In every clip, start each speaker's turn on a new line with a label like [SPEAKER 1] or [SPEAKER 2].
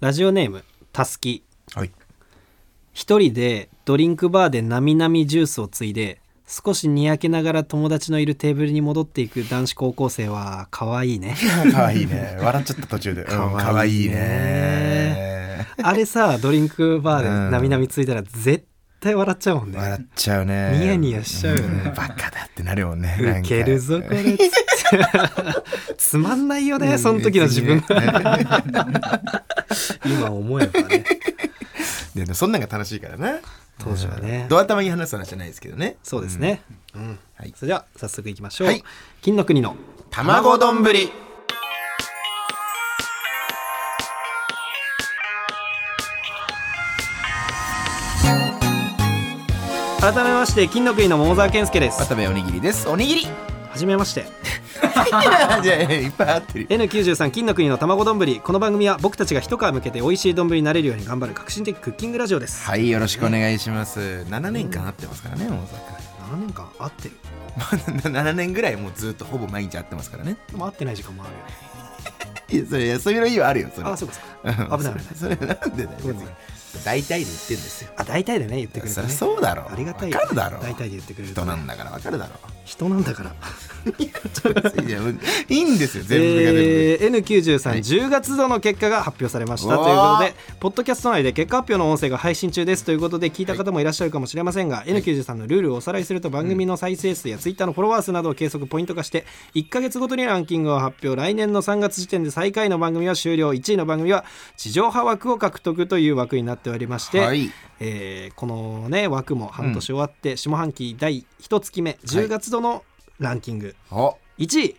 [SPEAKER 1] ラジオネームたすき
[SPEAKER 2] はい
[SPEAKER 1] 一人でドリンクバーでなみなみジュースをついで少しにやけながら友達のいるテーブルに戻っていく男子高校生は可愛いね
[SPEAKER 2] 可愛いね笑っちゃった途中でうん
[SPEAKER 1] 可
[SPEAKER 2] 可
[SPEAKER 1] 愛
[SPEAKER 2] 愛
[SPEAKER 1] い
[SPEAKER 2] い
[SPEAKER 1] ね
[SPEAKER 2] ね
[SPEAKER 1] あれさドリンクバーで
[SPEAKER 2] うん
[SPEAKER 1] なみなみついたら絶対笑っちゃうもんね、
[SPEAKER 2] 笑っちゃうね
[SPEAKER 1] ニヤニヤしちゃうよね
[SPEAKER 2] んバカだってなるよね
[SPEAKER 1] ウケるぞこれつってつまんないよねその時の自分が 今思えばね
[SPEAKER 2] でもそんなんが楽しいからな
[SPEAKER 1] 当時はね
[SPEAKER 2] ドア玉に話す話じゃないですけどね
[SPEAKER 1] そうですね、うん
[SPEAKER 2] はい
[SPEAKER 1] それでは早速いきましょう、
[SPEAKER 2] はい
[SPEAKER 1] 金の国の
[SPEAKER 2] 卵丼ぶり
[SPEAKER 1] 改めまして金の国の桃沢健介です
[SPEAKER 2] 渡部おにぎりですおにぎ りじ
[SPEAKER 1] はじめまして
[SPEAKER 2] ゃあいっぱい合ってる
[SPEAKER 1] N93 金の国の卵丼この番組は僕たちが一皮向けて美味しい丼になれるように頑張る革新的クッキングラジオです、
[SPEAKER 2] はいよろしくお願いします7年間会ってますからね大
[SPEAKER 1] 7年間会ってる
[SPEAKER 2] 阪 7年ぐらいもうずっとほぼ毎日会ってますからね
[SPEAKER 1] でも会ってない時間もあるよね
[SPEAKER 2] いやそれ休みの日はあるよそれ
[SPEAKER 1] あそうかそう
[SPEAKER 2] うん
[SPEAKER 1] か危ない危ない
[SPEAKER 2] それそれなんでだよ別
[SPEAKER 1] ごめん
[SPEAKER 2] に大体で言ってんですよ
[SPEAKER 1] あ大体でね言ってくれ
[SPEAKER 2] そ
[SPEAKER 1] る
[SPEAKER 2] り
[SPEAKER 1] ね
[SPEAKER 2] ゃそうだろ
[SPEAKER 1] ありがたいよ
[SPEAKER 2] わかるだろ
[SPEAKER 1] 大体で言ってくれると
[SPEAKER 2] 人
[SPEAKER 1] ね、
[SPEAKER 2] なんだからわかるだろ
[SPEAKER 1] 人なんだから
[SPEAKER 2] いやいいんですよ全部が全部、
[SPEAKER 1] えー N93、
[SPEAKER 2] はい
[SPEAKER 1] 10月度の結果が発表されました
[SPEAKER 2] うわ
[SPEAKER 1] ということ
[SPEAKER 2] ー
[SPEAKER 1] でポッドキャスト内で結果発表の音声が配信中ですということで聞いた方もいらっしゃるかもしれませんが、N93 のルールをおさらいすると番組の再生数や Twitter のフォロワー数などを計測ポイント化して1か月ごとにランキングを発表来年の3月時点で最下位の番組は終了1位の番組は地上波枠を獲得という枠になっておりまして、
[SPEAKER 2] はい
[SPEAKER 1] えーこの、ね、枠も半年終わって、下半期第1月目10月度のランキング、
[SPEAKER 2] お
[SPEAKER 1] 1位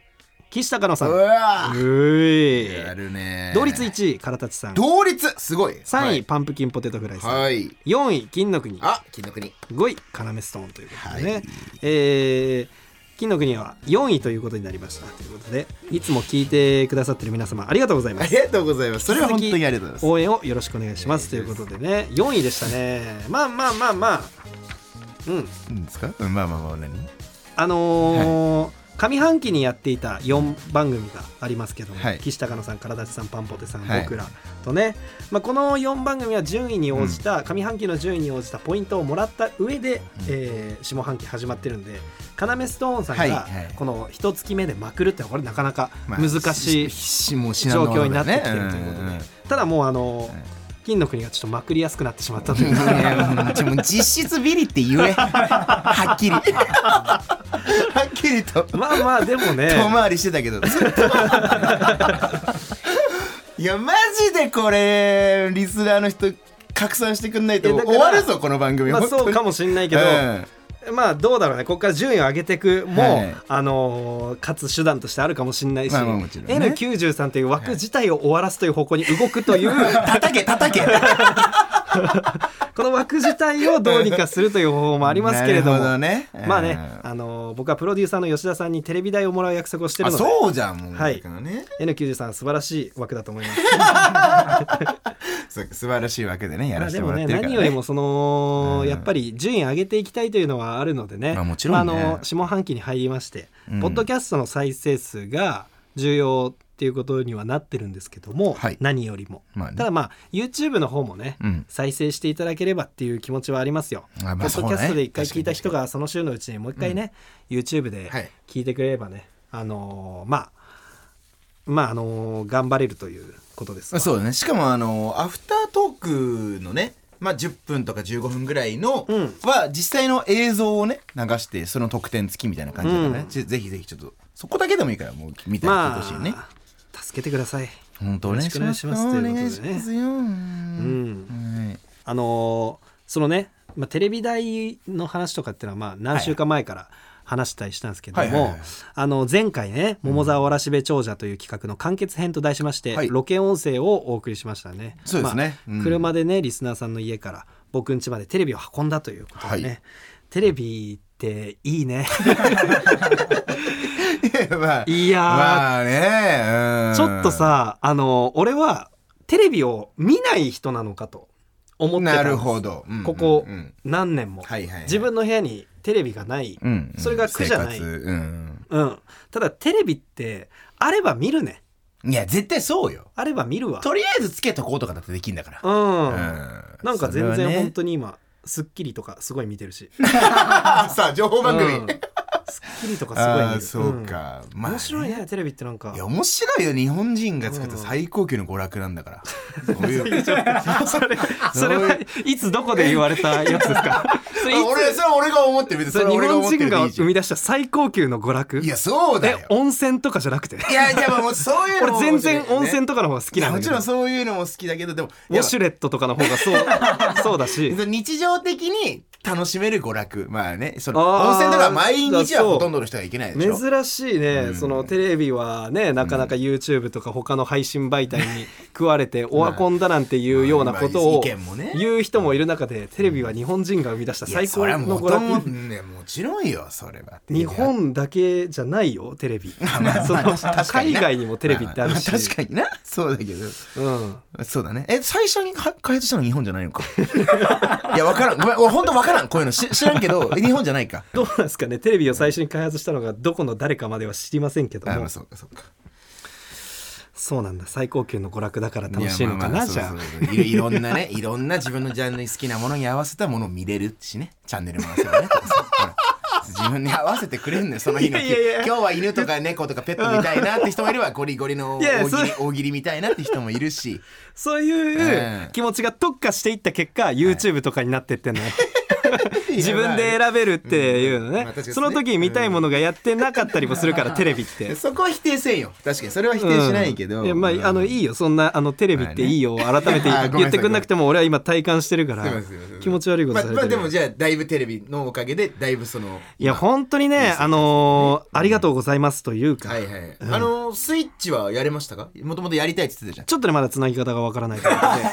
[SPEAKER 1] 岸高野さん
[SPEAKER 2] うわ
[SPEAKER 1] う
[SPEAKER 2] ーや
[SPEAKER 1] ーい
[SPEAKER 2] るね
[SPEAKER 1] 同率1位唐立さん
[SPEAKER 2] 同率すごい
[SPEAKER 1] 3位、
[SPEAKER 2] はい
[SPEAKER 1] パンプキンポテトフライさん、
[SPEAKER 2] はい
[SPEAKER 1] 4位金の国
[SPEAKER 2] あ金の国
[SPEAKER 1] 5位カナメストーンということでね、
[SPEAKER 2] はい
[SPEAKER 1] えー金の国は4位ということになりましたということでいつも聞いてくださってる皆様ありがとうござい
[SPEAKER 2] あ
[SPEAKER 1] ま
[SPEAKER 2] り
[SPEAKER 1] す
[SPEAKER 2] がとうございますそれは本当にありがとうございま
[SPEAKER 1] 応援をよろしくお願いしますということでね4位でしたねまあまあまあまあうん
[SPEAKER 2] すいいんですかうんまあまあまあ何
[SPEAKER 1] あのー上半期にやっていた4番組がありますけども、
[SPEAKER 2] はい
[SPEAKER 1] 岸高野さん、唐立さん、パンポテさん、
[SPEAKER 2] はい
[SPEAKER 1] 僕らとね、まあ、この4番組は順位に応じた、上半期の順位に応じたポイントをもらった上で、えー下半期始まってるんで、要ストーンさん
[SPEAKER 2] はい
[SPEAKER 1] が
[SPEAKER 2] はい
[SPEAKER 1] この一月目でまくるってのはこれなかなか
[SPEAKER 2] まあ
[SPEAKER 1] 難しい
[SPEAKER 2] ひしもう至難
[SPEAKER 1] 状
[SPEAKER 2] の業
[SPEAKER 1] 況にな
[SPEAKER 2] だ
[SPEAKER 1] ってき
[SPEAKER 2] ね
[SPEAKER 1] てるということで、
[SPEAKER 2] んんん
[SPEAKER 1] ただもうあのー
[SPEAKER 2] い
[SPEAKER 1] 金の国がちょっとまくりやすくなってしまったというか
[SPEAKER 2] いやちょもう実質ビリって言えはっきりはっきりと
[SPEAKER 1] まあまあでもね
[SPEAKER 2] 遠回りしてたけどずっといやマジでこれリスナーの人拡散してくんないと
[SPEAKER 1] えだから
[SPEAKER 2] 終わるぞこの番組
[SPEAKER 1] まあ、
[SPEAKER 2] 本当に
[SPEAKER 1] そうかもしれないけど、
[SPEAKER 2] うん
[SPEAKER 1] まあどうだろうねここから順位を上げていくも、
[SPEAKER 2] はい
[SPEAKER 1] あのー勝つ手段としてあるかもしれないし、
[SPEAKER 2] まあまあもちろんね
[SPEAKER 1] N93 という枠自体を終わらすという方向に動くという、
[SPEAKER 2] 叩け叩 け
[SPEAKER 1] この枠自体をどうにかするという方法もありますけれども
[SPEAKER 2] なるほどねうん
[SPEAKER 1] まあね、あのー僕はプロデューサーの吉田さんにテレビ台をもらう約束をしてる
[SPEAKER 2] あ
[SPEAKER 1] ので
[SPEAKER 2] そうじゃんもう、
[SPEAKER 1] はい
[SPEAKER 2] だからね
[SPEAKER 1] N93 素晴らしい枠だと思います。
[SPEAKER 2] そう素晴らしいわけでねや
[SPEAKER 1] まあ
[SPEAKER 2] ら
[SPEAKER 1] で
[SPEAKER 2] せても
[SPEAKER 1] も
[SPEAKER 2] らっ
[SPEAKER 1] ね
[SPEAKER 2] てるから、
[SPEAKER 1] 何
[SPEAKER 2] ね
[SPEAKER 1] よりもその、
[SPEAKER 2] うん
[SPEAKER 1] やっぱり順位上げていきたいというのはあるのでね,、
[SPEAKER 2] まあもちろんね
[SPEAKER 1] の下半期に入りまして、
[SPEAKER 2] うん
[SPEAKER 1] ポッドキャストの再生数が重要っていうことにはなってるんですけども、
[SPEAKER 2] はい
[SPEAKER 1] 何よりも、
[SPEAKER 2] まあね
[SPEAKER 1] ただまあ YouTube の方もね、
[SPEAKER 2] うん
[SPEAKER 1] 再生していただければっていう気持ちはありますよ。
[SPEAKER 2] あま
[SPEAKER 1] ポ
[SPEAKER 2] あ
[SPEAKER 1] ッ
[SPEAKER 2] そう
[SPEAKER 1] ド
[SPEAKER 2] ね
[SPEAKER 1] キャストで一回聞いた人がその週のうちにもう一回ね、YouTube で
[SPEAKER 2] はい
[SPEAKER 1] 聞いてくれればね、あのーまあまああのー頑張れるということですわ。
[SPEAKER 2] そうだねしかもあのアフタートークのねまあ、10分とか15分ぐらいの
[SPEAKER 1] うん
[SPEAKER 2] は実際の映像をね流してその得点付きみたいな感じだからね、
[SPEAKER 1] うん
[SPEAKER 2] ぜぜひぜひちょっとそこだけでもいいからもう見て
[SPEAKER 1] ま
[SPEAKER 2] ほ
[SPEAKER 1] あ
[SPEAKER 2] しいね、
[SPEAKER 1] 助けてください。
[SPEAKER 2] 本当お願いします
[SPEAKER 1] よろしくお願いします
[SPEAKER 2] お願いしますよ、
[SPEAKER 1] うん、
[SPEAKER 2] はい
[SPEAKER 1] あのーそのね、まあ、テレビ台の話とかっていうのはまあ何週間前から話したりしたんですけど
[SPEAKER 2] はいはいはい
[SPEAKER 1] も
[SPEAKER 2] はい
[SPEAKER 1] あの前回ね「桃沢わらしべ長者」という企画の完結編と題しまして、
[SPEAKER 2] はい
[SPEAKER 1] ロケ音声をお送りしましたね。
[SPEAKER 2] そうですね
[SPEAKER 1] まあ
[SPEAKER 2] うん
[SPEAKER 1] 車でねリスナーさんの家から僕ん家までテレビを運んだということでね、
[SPEAKER 2] はい
[SPEAKER 1] テレビっていい ね
[SPEAKER 2] いやまあ
[SPEAKER 1] いやー、
[SPEAKER 2] まあね、うん
[SPEAKER 1] ちょっとさあの俺はテレビを見ない人なのかと思ってたんです
[SPEAKER 2] なるほど、うんうんうん
[SPEAKER 1] ここ何年も、
[SPEAKER 2] はいはいはい
[SPEAKER 1] 自分の部屋にテレビがない、
[SPEAKER 2] うんうん
[SPEAKER 1] それが苦じゃない
[SPEAKER 2] 生活うん
[SPEAKER 1] うん、ただテレビってあれば見るね
[SPEAKER 2] いや絶対そうよ
[SPEAKER 1] あれば見るわ
[SPEAKER 2] とりあえずつけとこうとかだってできんだから、
[SPEAKER 1] うん、
[SPEAKER 2] うん
[SPEAKER 1] なんか全
[SPEAKER 2] それ
[SPEAKER 1] 然
[SPEAKER 2] はね
[SPEAKER 1] 本当に今『スッキリ』とかすごい見てるし
[SPEAKER 2] あさあ情報番組、
[SPEAKER 1] うんスッキリとかすごい見
[SPEAKER 2] あ
[SPEAKER 1] る
[SPEAKER 2] あそうか、
[SPEAKER 1] うん
[SPEAKER 2] まあね
[SPEAKER 1] 面白いねテレビってなんか
[SPEAKER 2] いや面白いよ日本人が作った最高級の娯楽なん だから、そうい う
[SPEAKER 1] それそれはいつどこで言われたやつですかそれいつ
[SPEAKER 2] 俺それは俺が思ってる別に
[SPEAKER 1] そ
[SPEAKER 2] それ
[SPEAKER 1] れ
[SPEAKER 2] は
[SPEAKER 1] 日
[SPEAKER 2] 俺が
[SPEAKER 1] 本
[SPEAKER 2] 思って
[SPEAKER 1] 人
[SPEAKER 2] るでい
[SPEAKER 1] が
[SPEAKER 2] いじゃ
[SPEAKER 1] 生
[SPEAKER 2] ん
[SPEAKER 1] み出した最高級の娯楽
[SPEAKER 2] いやそうだよ
[SPEAKER 1] え温泉とかじゃな くて
[SPEAKER 2] いやでももうそういうのも
[SPEAKER 1] 俺全
[SPEAKER 2] 面白いよ
[SPEAKER 1] 然
[SPEAKER 2] ね
[SPEAKER 1] 温泉とかの方が好き
[SPEAKER 2] い
[SPEAKER 1] な
[SPEAKER 2] や
[SPEAKER 1] んだ
[SPEAKER 2] も
[SPEAKER 1] け
[SPEAKER 2] ち
[SPEAKER 1] ど
[SPEAKER 2] ろ
[SPEAKER 1] ウ
[SPEAKER 2] んそういうのも好きだけどでも
[SPEAKER 1] ォシュレットとかの方がそうそうだし
[SPEAKER 2] 日常的に楽しめる娯楽まあねその
[SPEAKER 1] あー
[SPEAKER 2] 温泉とか毎日
[SPEAKER 1] だ
[SPEAKER 2] は
[SPEAKER 1] そう
[SPEAKER 2] ほとんどの人が行けないでしょ
[SPEAKER 1] 珍しいね、
[SPEAKER 2] うん
[SPEAKER 1] そのテレビはねなかなか YouTube とか他の配信媒体に食われ てオワコンだなんていうようなこと
[SPEAKER 2] まあ
[SPEAKER 1] を
[SPEAKER 2] 意見もね
[SPEAKER 1] 言う人もいる中でテレビは日本人が生み出した
[SPEAKER 2] いや
[SPEAKER 1] 最
[SPEAKER 2] そ
[SPEAKER 1] 高
[SPEAKER 2] れはも
[SPEAKER 1] の娯
[SPEAKER 2] とも
[SPEAKER 1] 楽
[SPEAKER 2] とねもちろんよそれは
[SPEAKER 1] 日本だけじゃないよテレビ
[SPEAKER 2] まあ
[SPEAKER 1] その
[SPEAKER 2] 確か
[SPEAKER 1] 海
[SPEAKER 2] にね
[SPEAKER 1] 外にもテレビってあるし、
[SPEAKER 2] まま確かになそうだけど
[SPEAKER 1] うん、
[SPEAKER 2] そうだねえ最初には開発したの日本じゃな いのかいや分からんごめん俺本当分からんこういうのし知らんけどえ日本じゃないか
[SPEAKER 1] どうなんですかねテレビを最初に開発したのがどこの誰かまでは知りませんけど
[SPEAKER 2] あま
[SPEAKER 1] も
[SPEAKER 2] あそうかそうか
[SPEAKER 1] そうなんだ最高級の娯楽だから楽しいのか
[SPEAKER 2] やまあま
[SPEAKER 1] な
[SPEAKER 2] あ
[SPEAKER 1] じゃ
[SPEAKER 2] そうそうそういろい ろんなねいろんな自分のジャンルに好きなものに合わせたものを見れるしねチャンネルも合わせてねほら自分に合わせてくれんのよその日の
[SPEAKER 1] い
[SPEAKER 2] 日
[SPEAKER 1] やいやいや
[SPEAKER 2] 今日は犬とか猫とかペットみたいなって人もいればゴリゴリの
[SPEAKER 1] いや
[SPEAKER 2] 大喜利
[SPEAKER 1] そ
[SPEAKER 2] 大喜利みたいなって人もいるし
[SPEAKER 1] あそういう気持ちが特化していった結果 YouTube とかになってってね、 自分で選べるっていうの
[SPEAKER 2] うん
[SPEAKER 1] ね,、
[SPEAKER 2] まあ確かにね
[SPEAKER 1] その時に見たいものがやってなかったりもするからテレビって。
[SPEAKER 2] そこは否定せんよ確かにそれは否定しないけど、
[SPEAKER 1] うんいやまあ、あのいいよそんなあのテレビっていいよ、改めて
[SPEAKER 2] あーごめんなさい
[SPEAKER 1] 言ってくんなくても俺は今体感してるから
[SPEAKER 2] すいませんすいません
[SPEAKER 1] 気持ち悪いこと
[SPEAKER 2] まあ
[SPEAKER 1] されてる、
[SPEAKER 2] まあでもじゃあだいぶテレビのおかげでだいぶその
[SPEAKER 1] いや本当にね、あのーありがとうございますというか、
[SPEAKER 2] はいはい、あのスイッチはやれましたかもともとやりたいって言ってたじゃん
[SPEAKER 1] ちょっとねまだつなぎ方がわからないという ことで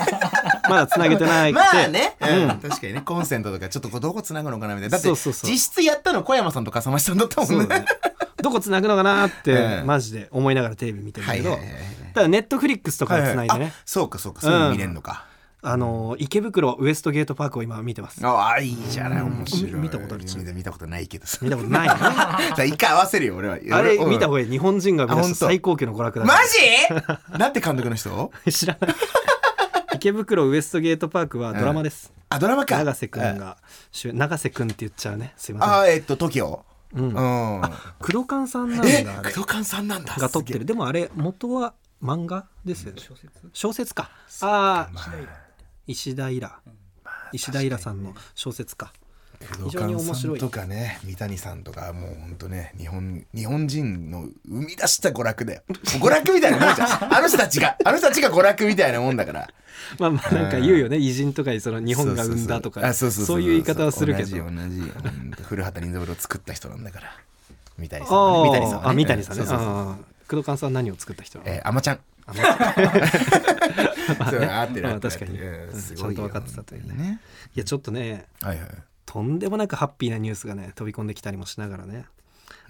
[SPEAKER 1] まだつなげてないくて、
[SPEAKER 2] まあね、うん、確かにねコンセントとかちょっとこうどこつなぐのかなみたいなだって
[SPEAKER 1] そうそうそう
[SPEAKER 2] 実質やったの小山さんと笠間さんだったもんね
[SPEAKER 1] どこつなぐのかなって、
[SPEAKER 2] うん
[SPEAKER 1] マジで思いながらテレビ見てる
[SPEAKER 2] は
[SPEAKER 1] け
[SPEAKER 2] い
[SPEAKER 1] ど、
[SPEAKER 2] はいはい
[SPEAKER 1] ただネットフリックスとかでつないでね、
[SPEAKER 2] あそうかそうかそういうの見れんのか、
[SPEAKER 1] あのー池袋ウエストゲートパークを今見てます
[SPEAKER 2] ああいいじゃない面白い
[SPEAKER 1] み見たことある
[SPEAKER 2] 見見たことないけど さ
[SPEAKER 1] 見たことない よね
[SPEAKER 2] じゃあ一回合わせるよ俺は
[SPEAKER 1] あれ見た方
[SPEAKER 2] が
[SPEAKER 1] がいい日本人が生み出した
[SPEAKER 2] あ本当
[SPEAKER 1] 最高級の娯楽だ
[SPEAKER 2] マ
[SPEAKER 1] から
[SPEAKER 2] ジなんて監督の人
[SPEAKER 1] 知らない池袋ウエストゲートパークはドラマです、
[SPEAKER 2] あドラマか
[SPEAKER 1] 永瀬くんが主演永瀬くんって言っちゃうねすいません
[SPEAKER 2] あえっと TOKIO う
[SPEAKER 1] うん
[SPEAKER 2] ん、
[SPEAKER 1] 工藤寛さんなん
[SPEAKER 2] え
[SPEAKER 1] だあれ
[SPEAKER 2] 工藤勘さんなんだ
[SPEAKER 1] が撮ってるでもあれ元は漫画ですよね小説小説かああ
[SPEAKER 2] すげえまあ
[SPEAKER 1] 石田イラ石田イラさんの小説か
[SPEAKER 2] 武道館さんとかね三谷さんとかもうほんとね日本日本人の生み出した娯楽だよ娯楽みたいなもんじゃ んあの人たちがあの人たちが娯楽みたいなもんだから
[SPEAKER 1] まあまあなんか言うよね偉人とかにその日本が生んだとか
[SPEAKER 2] そうそうそう
[SPEAKER 1] そう
[SPEAKER 2] あそうそうそう
[SPEAKER 1] いう言い方はするけ
[SPEAKER 2] 同
[SPEAKER 1] ど
[SPEAKER 2] じ同じうん古畑任三郎を作った人なんだから三谷さんはね三谷さ
[SPEAKER 1] あ
[SPEAKER 2] んは
[SPEAKER 1] あ三谷さんね
[SPEAKER 2] そうそうそう
[SPEAKER 1] あー工藤寛さん何を作った人なの
[SPEAKER 2] えー、あまちゃん。そう合ってる
[SPEAKER 1] まあ
[SPEAKER 2] 合ってる
[SPEAKER 1] 確かに
[SPEAKER 2] うん
[SPEAKER 1] うん
[SPEAKER 2] すごい
[SPEAKER 1] ちゃんと
[SPEAKER 2] よ
[SPEAKER 1] 分かってたというね
[SPEAKER 2] 本当にね。
[SPEAKER 1] いやちょっとね
[SPEAKER 2] はいはい。
[SPEAKER 1] とんでもなくハッピーなニュースがね飛び込んできたりもしながらね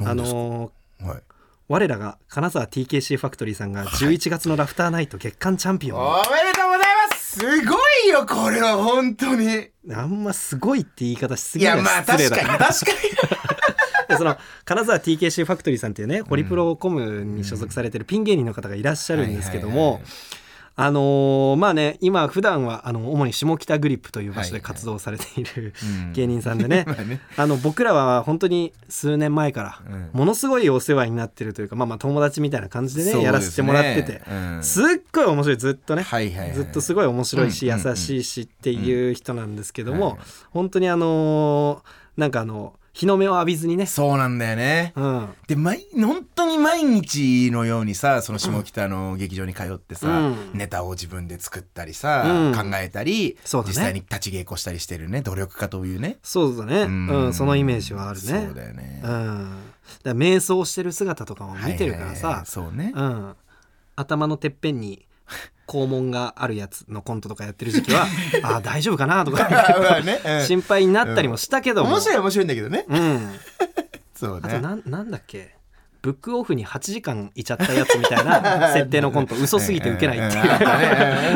[SPEAKER 1] あ
[SPEAKER 2] 何ですか
[SPEAKER 1] のー
[SPEAKER 2] はい。
[SPEAKER 1] 我らが金沢 TKC ファクトリーさんが11月のラフターナイト月間チャンピオンに、
[SPEAKER 2] おめでとうございます。すごいよこれは本当に。
[SPEAKER 1] あんますごいって言い方しす
[SPEAKER 2] い
[SPEAKER 1] ぎる
[SPEAKER 2] や
[SPEAKER 1] の
[SPEAKER 2] ま
[SPEAKER 1] は
[SPEAKER 2] あ
[SPEAKER 1] 失
[SPEAKER 2] 確
[SPEAKER 1] 礼
[SPEAKER 2] か
[SPEAKER 1] だ
[SPEAKER 2] に
[SPEAKER 1] から
[SPEAKER 2] 確か
[SPEAKER 1] でその金沢 TKC ファクトリーさんっていうねホリプロコムに所属されてるピン芸人の方がいらっしゃるんですけど
[SPEAKER 2] はいはい
[SPEAKER 1] も
[SPEAKER 2] はい
[SPEAKER 1] あのーまあね今普段はあの主に下北グリップという場所
[SPEAKER 2] はいは
[SPEAKER 1] で
[SPEAKER 2] い
[SPEAKER 1] 活動されている
[SPEAKER 2] うん
[SPEAKER 1] 芸人さんでね
[SPEAKER 2] まあね
[SPEAKER 1] あの僕らは本当に数年前から
[SPEAKER 2] うん
[SPEAKER 1] ものすごいお世話になってるというかまあまあ友達みたいな感じで
[SPEAKER 2] そうです
[SPEAKER 1] ね
[SPEAKER 2] ね
[SPEAKER 1] やらせてもらってて
[SPEAKER 2] うん
[SPEAKER 1] すっごい面白いずっとね
[SPEAKER 2] はいはいはい
[SPEAKER 1] ずっとすごい面白いし
[SPEAKER 2] うん
[SPEAKER 1] 優
[SPEAKER 2] うんうん
[SPEAKER 1] しいしっていう人なんですけど
[SPEAKER 2] は
[SPEAKER 1] も
[SPEAKER 2] い
[SPEAKER 1] 本当にあのーなんかあの日の目を浴びずにね
[SPEAKER 2] に。そうなんだよね。
[SPEAKER 1] うん
[SPEAKER 2] で毎本当に毎日のようにさその下北の劇場に通ってさ、
[SPEAKER 1] うん
[SPEAKER 2] ネタを自分で作ったりさ、
[SPEAKER 1] うん
[SPEAKER 2] 考えたり、
[SPEAKER 1] そうだね
[SPEAKER 2] 実際に立ち稽古したりしてるね努力家というね。
[SPEAKER 1] そうだね、うん
[SPEAKER 2] うん
[SPEAKER 1] そのイメージはあるね。
[SPEAKER 2] そうだよね。
[SPEAKER 1] うん、だから瞑想してる姿とかも見てるからさ、
[SPEAKER 2] はいはいはいそうね。
[SPEAKER 1] うん、頭のてっぺんに肛門があるやつのコントとかやってる時期 はあー大丈夫かなとか
[SPEAKER 2] まあねうん
[SPEAKER 1] 心配になったりもしたけども、
[SPEAKER 2] 面白いは面白いんだけどね。
[SPEAKER 1] うん、
[SPEAKER 2] そう
[SPEAKER 1] あ と
[SPEAKER 2] ね。
[SPEAKER 1] なんなんだっけブックオフに8時間いちゃったやつみたいな 設定のコント嘘すぎて受けないっていう
[SPEAKER 2] うんうんうんあったね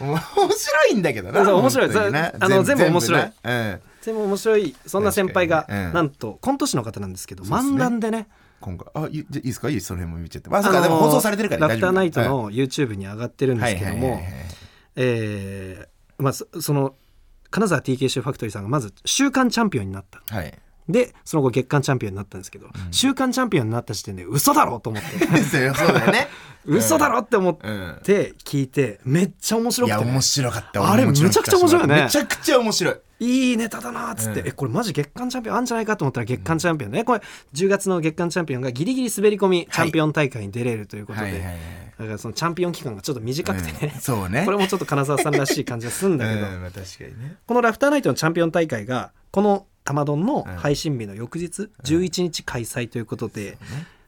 [SPEAKER 2] うんまあ面白いんだけどな。
[SPEAKER 1] そう面白い
[SPEAKER 2] 本当にな
[SPEAKER 1] そうあの全部面白い
[SPEAKER 2] 全部なうん
[SPEAKER 1] でも面白いそんな先輩が、
[SPEAKER 2] 確かにねうん
[SPEAKER 1] なんとコント師の方なんですけど
[SPEAKER 2] そうですね
[SPEAKER 1] 漫談でね
[SPEAKER 2] 今回あいじゃいいですかいいですその辺も見ちゃってまあそう
[SPEAKER 1] あ
[SPEAKER 2] か
[SPEAKER 1] の
[SPEAKER 2] でも放送されてるから
[SPEAKER 1] ラフターナイト
[SPEAKER 2] は
[SPEAKER 1] の YouTube に上がってるん
[SPEAKER 2] い
[SPEAKER 1] ですけど
[SPEAKER 2] はい
[SPEAKER 1] も
[SPEAKER 2] はいはいはい
[SPEAKER 1] えーまあそその金沢 TKC ファクトリーさんがまず週間チャンピオンになった
[SPEAKER 2] はい。
[SPEAKER 1] でその後月間チャンピオンになったんですけど、週間チャンピオンになった時点で嘘だろうと思って
[SPEAKER 2] そうそうだよね。
[SPEAKER 1] 嘘だろって思っ
[SPEAKER 2] うん。
[SPEAKER 1] て聞いてめっちゃ面白
[SPEAKER 2] い
[SPEAKER 1] く
[SPEAKER 2] や
[SPEAKER 1] てね、
[SPEAKER 2] 面白かった。
[SPEAKER 1] あれ
[SPEAKER 2] 俺も
[SPEAKER 1] めちゃくちゃ面白いよね
[SPEAKER 2] めちゃくちゃ面白い。
[SPEAKER 1] いいネタだなっつって、
[SPEAKER 2] うん
[SPEAKER 1] えこれマジ月間チャンピオンあんじゃないかと思ったら月間チャンピオンね、これ10月の月間チャンピオンがギリギリ滑り込みチャンピオン大会に出れるということで、
[SPEAKER 2] はいはいはい。
[SPEAKER 1] だからそのチャンピオン期間がちょっと短くてね、
[SPEAKER 2] うんそうね。
[SPEAKER 1] これもちょっと金沢さんらしい感じがするんだけど、
[SPEAKER 2] うんまあ確かにね。
[SPEAKER 1] このラフターナイトのチャンピオン大会がこの玉丼の配信日の翌日11日開催ということで、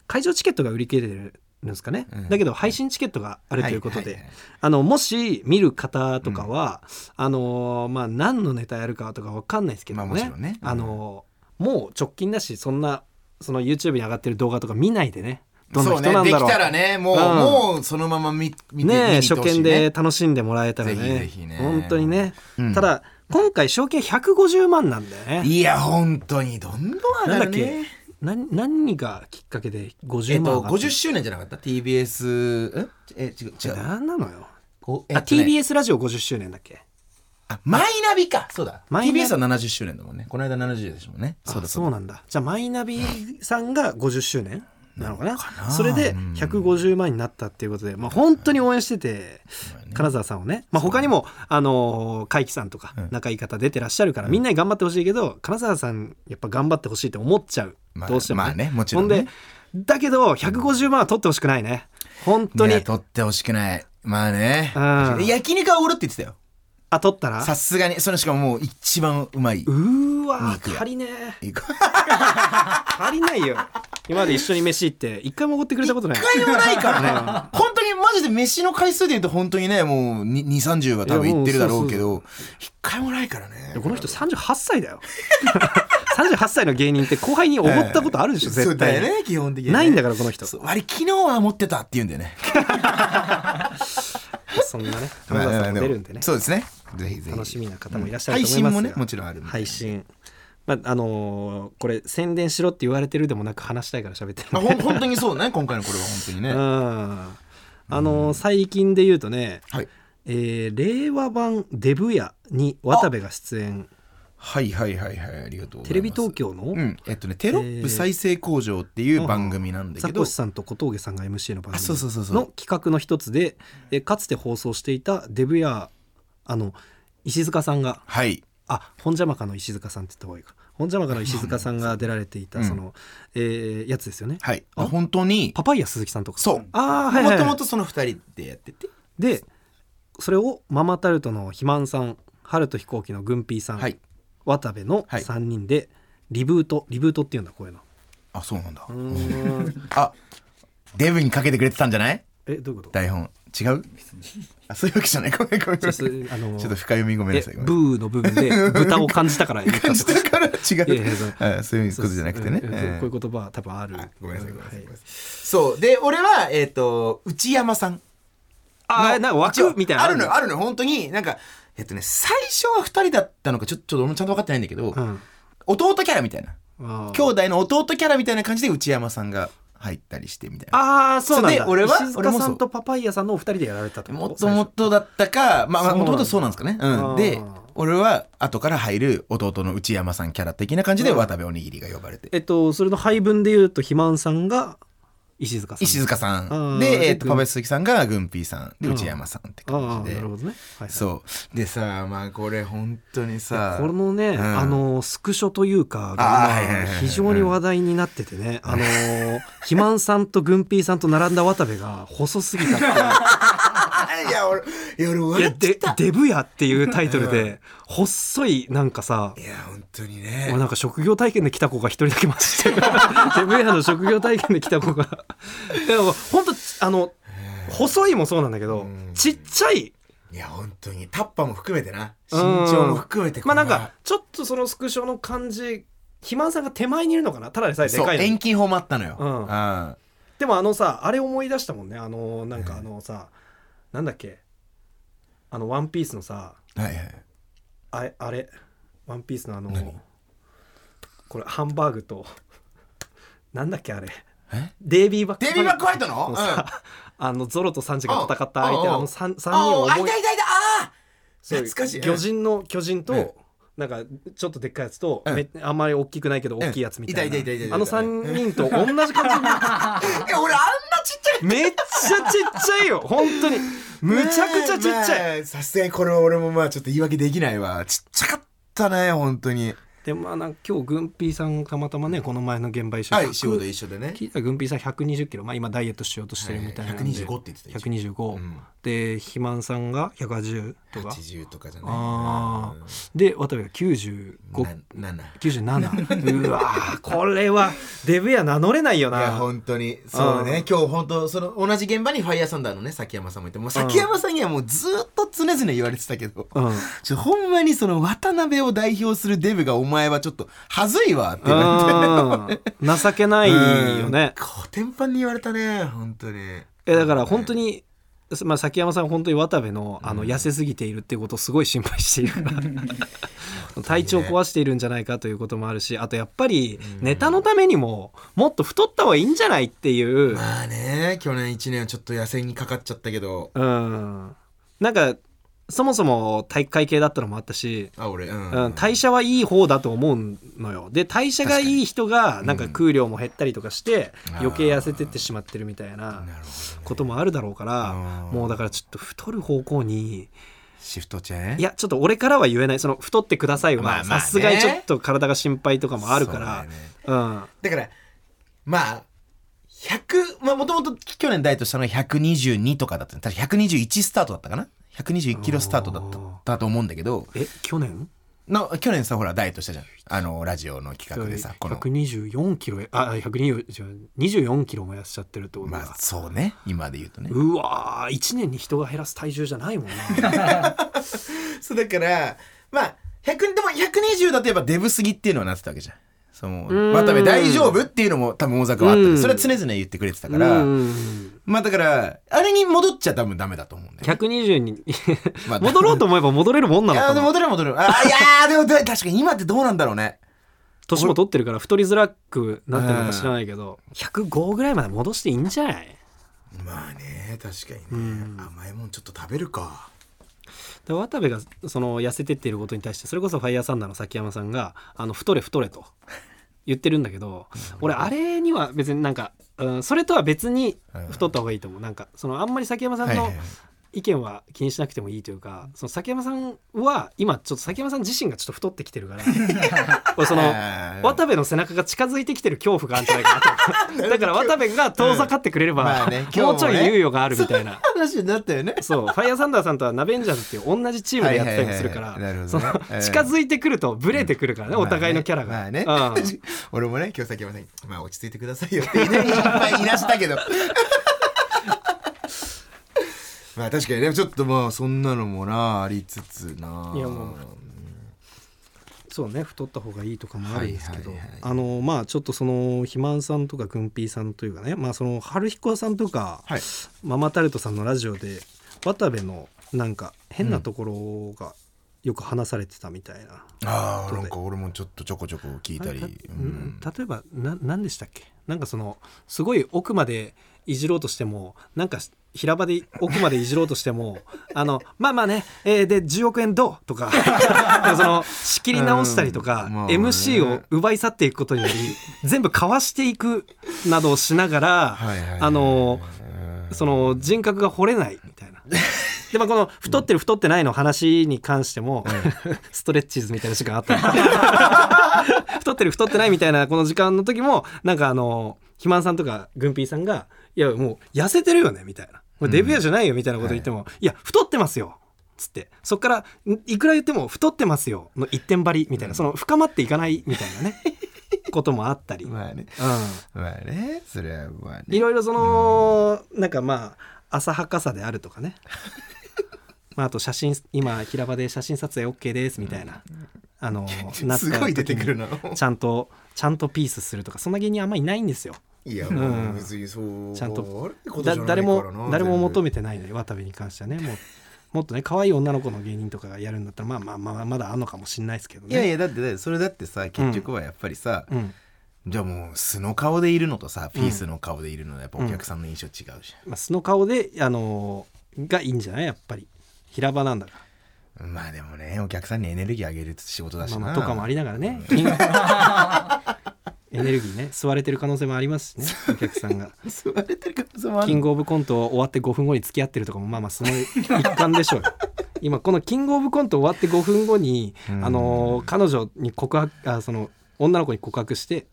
[SPEAKER 1] 会場チケットが売り切れてるんですかね、
[SPEAKER 2] うん
[SPEAKER 1] だけど配信チケットがあるということで、
[SPEAKER 2] はいはいはい
[SPEAKER 1] あのもし見る方とかは、あのーまあ何のネタやるかとかわかんないですけどね,、
[SPEAKER 2] まあもちろんねうん
[SPEAKER 1] あのーもう直近だしそんなその YouTube に上がってる動画とか見ないでねどんな人なんだ
[SPEAKER 2] そうね。で
[SPEAKER 1] ろう
[SPEAKER 2] きたらね、もう
[SPEAKER 1] うん
[SPEAKER 2] もうそのまま見見て見に
[SPEAKER 1] ねえ
[SPEAKER 2] 行
[SPEAKER 1] 初
[SPEAKER 2] ってほしい
[SPEAKER 1] 見
[SPEAKER 2] ね
[SPEAKER 1] で楽しんでもらえたらね
[SPEAKER 2] ぜひぜひね
[SPEAKER 1] 本当にね、
[SPEAKER 2] うん
[SPEAKER 1] ただ今回賞金150万なんだよね
[SPEAKER 2] いや本当にどんどん
[SPEAKER 1] な
[SPEAKER 2] 上
[SPEAKER 1] ん
[SPEAKER 2] が
[SPEAKER 1] だっ
[SPEAKER 2] る
[SPEAKER 1] け
[SPEAKER 2] ね。
[SPEAKER 1] 何何がきっかけで
[SPEAKER 2] え
[SPEAKER 1] 50
[SPEAKER 2] っ
[SPEAKER 1] 万
[SPEAKER 2] と
[SPEAKER 1] 上がった
[SPEAKER 2] 50周年じゃなかった TBS んえ違う違う
[SPEAKER 1] 何なのよ、
[SPEAKER 2] こう
[SPEAKER 1] あ
[SPEAKER 2] えっとね
[SPEAKER 1] TBS ラジオ50周年だっけ
[SPEAKER 2] あマイナビかそうだ
[SPEAKER 1] マイナビ
[SPEAKER 2] TBS は70周年だもんねこの間70でしたもんねそう
[SPEAKER 1] あ
[SPEAKER 2] だ
[SPEAKER 1] そうなんだじゃあマイナビさんが50周年なのかな
[SPEAKER 2] な
[SPEAKER 1] それで
[SPEAKER 2] うん
[SPEAKER 1] 150万になったっていうことで、まあ、本当に応援してて金沢さんをね、まあ、他にも、あのー海輝さんとか
[SPEAKER 2] うん
[SPEAKER 1] 仲いい方出てらっしゃるから、みんなに頑張ってほしいけど金沢さんやっぱ頑張ってほしいって思っちゃう、
[SPEAKER 2] まあ
[SPEAKER 1] どうしても、
[SPEAKER 2] まあねもちろんね
[SPEAKER 1] ほんでだけど150万は取ってほしくないね本当に、
[SPEAKER 2] ね取ってほしくないまあね
[SPEAKER 1] うん
[SPEAKER 2] 焼肉はおごるって言ってたよ
[SPEAKER 1] あ取ったら
[SPEAKER 2] さすがにそれしかももう一番うまいう
[SPEAKER 1] ーわ
[SPEAKER 2] 肉
[SPEAKER 1] ー
[SPEAKER 2] や
[SPEAKER 1] 足りねえ
[SPEAKER 2] 一
[SPEAKER 1] 足りないよ今まで一緒に飯行って一回もおごってくれたことない
[SPEAKER 2] 回もないからね本当にマジで飯の回数で言うと本当にねもう2 3 0は多分いってるだろうけど一回もないからね
[SPEAKER 1] いやこの人38歳だよ38歳の芸人って後輩に思ったことあるでしょ、
[SPEAKER 2] そ
[SPEAKER 1] 絶
[SPEAKER 2] うだ
[SPEAKER 1] 対
[SPEAKER 2] よ
[SPEAKER 1] に、
[SPEAKER 2] ね基本的にね
[SPEAKER 1] ないんだからこの人そ
[SPEAKER 2] そ
[SPEAKER 1] う
[SPEAKER 2] 割り昨日は持ってたって言うんだよね
[SPEAKER 1] んなね浜田さんも出るんでね
[SPEAKER 2] そうですねぜひぜひ
[SPEAKER 1] 楽しみな方もいらっしゃる
[SPEAKER 2] 配
[SPEAKER 1] と思いま
[SPEAKER 2] 信
[SPEAKER 1] すが、
[SPEAKER 2] もねもちろんあるんで
[SPEAKER 1] 配信まああのーこれ宣伝しろって言われてるでもなく話したいから喋ってる
[SPEAKER 2] まあ、ほん 本当にそうね今回のこれは本当にね、
[SPEAKER 1] うんあのー最近で言うとね、
[SPEAKER 2] はい、
[SPEAKER 1] えー令和版「デブ屋」に渡部が出演
[SPEAKER 2] はいはいはいはいありがとうございます
[SPEAKER 1] テレビ東京の
[SPEAKER 2] うんえっとねテロップ再生工場っていう番組なんだ
[SPEAKER 1] ザ
[SPEAKER 2] け
[SPEAKER 1] コ
[SPEAKER 2] ど、
[SPEAKER 1] シさんと小峠さんが MC の番
[SPEAKER 2] あそうそうそうそ
[SPEAKER 1] 組
[SPEAKER 2] う
[SPEAKER 1] の企画の一つでえかつて放送していたデブやあの石塚さんが
[SPEAKER 2] はい
[SPEAKER 1] あ本邪魔かの石塚さんって言った方がいいか本邪魔かの石塚さんが出られていた
[SPEAKER 2] うん
[SPEAKER 1] その、えーやつですよね、
[SPEAKER 2] はい
[SPEAKER 1] あ
[SPEAKER 2] 本当に
[SPEAKER 1] パパイヤ鈴木さんとか
[SPEAKER 2] そう
[SPEAKER 1] あーはい、は
[SPEAKER 2] も
[SPEAKER 1] い
[SPEAKER 2] ともとその二人でやってて
[SPEAKER 1] でそれをママタルトの肥満さん春と飛行機のグンピーさん、
[SPEAKER 2] はい
[SPEAKER 1] 渡部の
[SPEAKER 2] はい
[SPEAKER 1] 3人でリブートリブートっていうんだこういうの
[SPEAKER 2] あそうなんだ
[SPEAKER 1] うーん
[SPEAKER 2] あデブにかけてくれてたんじゃない
[SPEAKER 1] えどういうこと
[SPEAKER 2] 台本違うあそういうわけじゃないごめんごめんごめん ち
[SPEAKER 1] ちょ
[SPEAKER 2] ょ
[SPEAKER 1] っとあの
[SPEAKER 2] っと深読みごめんな
[SPEAKER 1] え
[SPEAKER 2] さいごめんな
[SPEAKER 1] ブ
[SPEAKER 2] さい
[SPEAKER 1] ーの部分で豚を感じた から言った
[SPEAKER 2] 感
[SPEAKER 1] と
[SPEAKER 2] じた から違
[SPEAKER 1] いやいやそう
[SPEAKER 2] うあそういうことじゃなくてね
[SPEAKER 1] そうそう
[SPEAKER 2] ええ
[SPEAKER 1] こういう言葉は多分ある
[SPEAKER 2] あ。ごめんなさいごめんなさいごめん
[SPEAKER 1] は
[SPEAKER 2] なさいそうで俺はえっ、と内山さん
[SPEAKER 1] あ、なんか枠みたいな
[SPEAKER 2] あるのよあるのよ本当になんかえっとね最初は二人だったのかちょちょっと俺もちゃんと分かってないんだけど、
[SPEAKER 1] うん。
[SPEAKER 2] 弟キャラみたいな
[SPEAKER 1] あ
[SPEAKER 2] 兄
[SPEAKER 1] ー
[SPEAKER 2] 弟の弟キャラみたいな感じで内山さんが入ったりしてみたいな
[SPEAKER 1] あー、そうなん
[SPEAKER 2] それ
[SPEAKER 1] だ。
[SPEAKER 2] で俺は
[SPEAKER 1] 石
[SPEAKER 2] 俺
[SPEAKER 1] 塚
[SPEAKER 2] も
[SPEAKER 1] さ
[SPEAKER 2] そ
[SPEAKER 1] ん
[SPEAKER 2] う
[SPEAKER 1] とパパイヤさんのお二人でやられたってこと
[SPEAKER 2] もっともっとだったかまあま
[SPEAKER 1] そ
[SPEAKER 2] あ
[SPEAKER 1] うなんだ
[SPEAKER 2] もともとそうなんですかね、う
[SPEAKER 1] あー
[SPEAKER 2] ん、で俺は後から入る弟の内山さんキャラ的な感じで渡部おにぎりが呼ばれて
[SPEAKER 1] えっと、それの配分で言うと、肥満さんが石塚さん。
[SPEAKER 2] 石塚さ
[SPEAKER 1] うんん
[SPEAKER 2] で、えっ
[SPEAKER 1] う
[SPEAKER 2] と
[SPEAKER 1] ん
[SPEAKER 2] パパイヤ鈴木さんがグンピーさんで内山さんって
[SPEAKER 1] あ
[SPEAKER 2] 感
[SPEAKER 1] あ、
[SPEAKER 2] じで
[SPEAKER 1] なるほどね。はい。う。
[SPEAKER 2] そうでさまあこれ本当にさ
[SPEAKER 1] このね、
[SPEAKER 2] ん
[SPEAKER 1] あのスクショというか
[SPEAKER 2] あー
[SPEAKER 1] が
[SPEAKER 2] はいはいはいはい
[SPEAKER 1] 非常に話題になっててね、あの肥満さんと軍平さんと並んだ渡部が細すぎたっ ていう
[SPEAKER 2] いや俺いや俺
[SPEAKER 1] いや
[SPEAKER 2] 笑っ
[SPEAKER 1] で「デブ屋」っていうタイトルで細いなんかさ
[SPEAKER 2] いや本当に
[SPEAKER 1] 俺
[SPEAKER 2] ね
[SPEAKER 1] なんか職業体験で来た子が一人だけマジで デブ屋の職業体験で来た子がでも本当あの細いもそうなんだけど
[SPEAKER 2] うん
[SPEAKER 1] ちっちゃい
[SPEAKER 2] いや本当にタッパも含めてな身
[SPEAKER 1] うん
[SPEAKER 2] 長も含めて
[SPEAKER 1] まあなんかちょっとそのスクショの感じ肥満さんが手前にいるのかなただでさえで
[SPEAKER 2] そ
[SPEAKER 1] か
[SPEAKER 2] う
[SPEAKER 1] いのに
[SPEAKER 2] 遠近法もあったのよ
[SPEAKER 1] うん
[SPEAKER 2] あ
[SPEAKER 1] でもあのさあれ思い出したもんねあのなんかあのさなんだっけあの「ワンピースのさ
[SPEAKER 2] あはいはい
[SPEAKER 1] あれあれワンピースのあの
[SPEAKER 2] 何
[SPEAKER 1] これハンバーグとなんだっけあれデイビーバック
[SPEAKER 2] デイビー・バックホワイトの
[SPEAKER 1] の
[SPEAKER 2] うん
[SPEAKER 1] さ、あのゾロとサンジが戦った相
[SPEAKER 2] うんう
[SPEAKER 1] 手
[SPEAKER 2] ん
[SPEAKER 1] あの 3, 三
[SPEAKER 2] あ
[SPEAKER 1] 人を
[SPEAKER 2] あ、い
[SPEAKER 1] 思い
[SPEAKER 2] たいたいた、ああ
[SPEAKER 1] そういう
[SPEAKER 2] 懐かしい
[SPEAKER 1] 魚人の巨人
[SPEAKER 2] うん
[SPEAKER 1] となんかちょっとでっかいやつと
[SPEAKER 2] うん
[SPEAKER 1] めあんまり大きくないけど大きいやつみたい
[SPEAKER 2] うんいたいたいたい
[SPEAKER 1] な
[SPEAKER 2] た
[SPEAKER 1] あの3人と同じ感じ
[SPEAKER 2] え、俺あんなちっちゃい
[SPEAKER 1] めっちゃちっちゃいよ本当にむちゃくちゃちっちゃい
[SPEAKER 2] い、まあさすがにこれは俺もまあちょっと言い訳できないわちっちゃかったね本当に
[SPEAKER 1] でまあなんか今日グンピーさんがたまたまねこの前の現場一緒
[SPEAKER 2] は
[SPEAKER 1] に
[SPEAKER 2] い仕事一緒でね
[SPEAKER 1] 聞いたらグンピーさん120キロ、まあ、今ダイエットしようとしてるみたいなんで、
[SPEAKER 2] 125って言ってた一応
[SPEAKER 1] 125
[SPEAKER 2] うん
[SPEAKER 1] で肥満さんが180とか
[SPEAKER 2] 80とかじゃない
[SPEAKER 1] ああで渡部が95
[SPEAKER 2] なな
[SPEAKER 1] 97うわーこれはデブや名乗れないよ
[SPEAKER 2] いや
[SPEAKER 1] な
[SPEAKER 2] 本当にそうね今日本当その同じ現場にファイヤーサンダーのね崎山さんもいてもう崎山さんにはもうずっと常々言われてたけど、
[SPEAKER 1] うん
[SPEAKER 2] ちょほんまにその渡辺を代表するデブがお前はちょっとはずいわって言われて
[SPEAKER 1] うん情けないよね
[SPEAKER 2] うんこう天板に言われたね本当に
[SPEAKER 1] えだから本当に、まあ、崎山さんは本当に渡部のあの痩せすぎているっていうことをすごい心配しているから、体調を壊しているんじゃないかということもあるしあとやっぱりネタのためにももっと太った方がいいんじゃないっていう、
[SPEAKER 2] まあね去年1年はちょっと野生にかかっちゃったけど
[SPEAKER 1] うん、なんかそもそも体育会系だったのもあったし、
[SPEAKER 2] あ俺うん、
[SPEAKER 1] うん、代謝はいい方だと思うのよで代謝がいい人がなんか給料も減ったりとかして
[SPEAKER 2] ん
[SPEAKER 1] 余計痩せてってしまってるみたいな
[SPEAKER 2] なるほど
[SPEAKER 1] こともあるだろうから
[SPEAKER 2] うん
[SPEAKER 1] もうだからちょっと太る方向に
[SPEAKER 2] シフトチェーン
[SPEAKER 1] いやちょっと俺からは言えないその太ってください
[SPEAKER 2] まあ
[SPEAKER 1] は
[SPEAKER 2] まあ
[SPEAKER 1] さ
[SPEAKER 2] ね
[SPEAKER 1] すがにちょっと体が心配とかもあるから
[SPEAKER 2] そうだよね
[SPEAKER 1] うん
[SPEAKER 2] だからまあ100まあもともと去年ダイエットしたのが122とかだったね確か121スタートだったかな121キロスタートだっただと思うんだけど
[SPEAKER 1] え去年
[SPEAKER 2] の去年さほらダイエットしたじゃんあのラジオの企画でさこの
[SPEAKER 1] 124キロえあ124キロも痩せちゃってるってことだ、
[SPEAKER 2] まあそうね今で言うとね
[SPEAKER 1] うわー1年に人が減らす体重じゃないもんな
[SPEAKER 2] そうだからまあ100でも120だとやっぱデブすぎっていうのはなってたわけじゃんその
[SPEAKER 1] ん
[SPEAKER 2] 渡部大丈夫っていうのも多分大阪はあった
[SPEAKER 1] うん
[SPEAKER 2] でそれは常々言ってくれてたから
[SPEAKER 1] うん
[SPEAKER 2] まあだからあれに戻っちゃ多分ダメだと思うんだよね
[SPEAKER 1] 120に
[SPEAKER 2] ま あ
[SPEAKER 1] 戻ろうと思えば戻れるもんなの
[SPEAKER 2] あ
[SPEAKER 1] か
[SPEAKER 2] でも
[SPEAKER 1] な
[SPEAKER 2] 戻れる戻れるあいやーでもで確かに今ってどうなんだろうね
[SPEAKER 1] 年も取ってるから太りづらくなってるのか知らないけど105ぐらいまで戻していいんじゃない
[SPEAKER 2] まあね確かにね、
[SPEAKER 1] ん
[SPEAKER 2] 甘いもんちょっと食べるか
[SPEAKER 1] で渡部がその痩せてっていることに対してそれこそファイヤーサンダーの崎山さんが「あの太れ太れ」と言ってるんだけど俺あれには別になんか、うん、それとは別に太った方がいいと思うなんかそのあんまり崎山さん
[SPEAKER 2] はい
[SPEAKER 1] の
[SPEAKER 2] はいはい
[SPEAKER 1] 意見は気にしなくてもいいというかその崎山さんは今ちょっと崎山さん自身がちょっと太ってきてる から俺その
[SPEAKER 2] あー
[SPEAKER 1] 渡部の背中が近づいてきてる恐怖があるんじゃないか なとだから渡部が遠ざかってくれれば、
[SPEAKER 2] うんまあね
[SPEAKER 1] もう
[SPEAKER 2] 今
[SPEAKER 1] ち
[SPEAKER 2] 日
[SPEAKER 1] ょ
[SPEAKER 2] も
[SPEAKER 1] い
[SPEAKER 2] ね
[SPEAKER 1] 猶予があるみたいな。
[SPEAKER 2] 話になったよね
[SPEAKER 1] そう、ファイヤーサンダーさんとはナベンジャーズっていう同じチームでやってたりもするか
[SPEAKER 2] はいはいはい
[SPEAKER 1] ら、
[SPEAKER 2] はい
[SPEAKER 1] その
[SPEAKER 2] なるほどねうん
[SPEAKER 1] 近づいてくるとブレてくるからね、お互いのキャラが。
[SPEAKER 2] まあね,、
[SPEAKER 1] うん
[SPEAKER 2] まあね 俺もね今日先までまあ落ち着いてくださいよっていっぱいいらしたけど まあ確かにねちょっとまあそんなのもなありつつない
[SPEAKER 1] やもう そうね、太った方がいいとかもあるんですけど、
[SPEAKER 2] はいはいはい
[SPEAKER 1] あのまあちょっとその肥満さんとかグンピーさんというかね、まあその春彦さんとか、
[SPEAKER 2] はい
[SPEAKER 1] ママタルトさんのラジオで渡部のなんか変なところがよく話されてたみたいな。
[SPEAKER 2] ああなんか俺もちょっとちょこちょこ聞いたり、
[SPEAKER 1] た
[SPEAKER 2] うん
[SPEAKER 1] 例えばな何でしたっけなんかそのすごい奥までいじろうとしてもなんか平場で奥までいじろうとしても あのまあまあね、えーで10億円どうとか その仕切り直したりとか、
[SPEAKER 2] うんまあね
[SPEAKER 1] MC を奪い去っていくことにより全部かわしていくなどをしながら
[SPEAKER 2] はいはいはい
[SPEAKER 1] あのその人格が掘れないみたいな。でまあこの太ってる太ってないの話に関しても、 ストレッチーズみたいな時間あったの 太ってる太ってないみたいなこの時間の時もなんかあの肥満さんとかグンピーさんが「いやもう痩せてるよね」みたいな「もうデブ屋じゃないよ」みたいなこと言っても「い、や太ってますよ」つってそっからんいくら言っても「太ってますよ」の一点張りみたいなその深まっていかないみたいなねこともあったり、うん、
[SPEAKER 2] まあねまあねそれはまあね
[SPEAKER 1] いろいろその、なんかまあ浅はかさであるとか ねまああと写真今平場で写真撮影 OK ですみたいな、あのなった
[SPEAKER 2] すごい出てくるな
[SPEAKER 1] 時にちゃんとちゃんとピースするとかそんな芸人あんまいないんですよ
[SPEAKER 2] いや、
[SPEAKER 1] ん
[SPEAKER 2] もう別にそう
[SPEAKER 1] ちゃん
[SPEAKER 2] あ
[SPEAKER 1] と
[SPEAKER 2] れってこ
[SPEAKER 1] だ
[SPEAKER 2] じゃない
[SPEAKER 1] 誰
[SPEAKER 2] から
[SPEAKER 1] も
[SPEAKER 2] な
[SPEAKER 1] 誰も
[SPEAKER 2] 全部
[SPEAKER 1] 求めてないので渡部に関してはね もうもっとね可愛い女の子の芸人とかがやるんだったらまあまあまあまだあんのかもしれないですけどね
[SPEAKER 2] いやいやだってだってそれだってさ結局はやっぱりさ、
[SPEAKER 1] うん
[SPEAKER 2] じゃあもう素の顔でいるのとさピースの顔でいるのでやっぱお客さんの印象違うじゃん、
[SPEAKER 1] まあ、素の顔で、あのーがいいんじゃないやっぱり平場なんだか
[SPEAKER 2] まあでもねお客さんにエネルギーあげる仕事だ
[SPEAKER 1] ら、
[SPEAKER 2] し
[SPEAKER 1] ま
[SPEAKER 2] な、
[SPEAKER 1] あ、まあとかもありながら ねエネルギーね吸われてる可能性もありますしねお客さんが
[SPEAKER 2] 吸われてる可能性もあ
[SPEAKER 1] キン
[SPEAKER 2] る
[SPEAKER 1] グオブコント終わって5分後に付き合ってるとかもまあまあその一環でしょうよ今このキングオブコント終わって5分後に、
[SPEAKER 2] うん
[SPEAKER 1] あのー彼女に告白あその女の子に告白して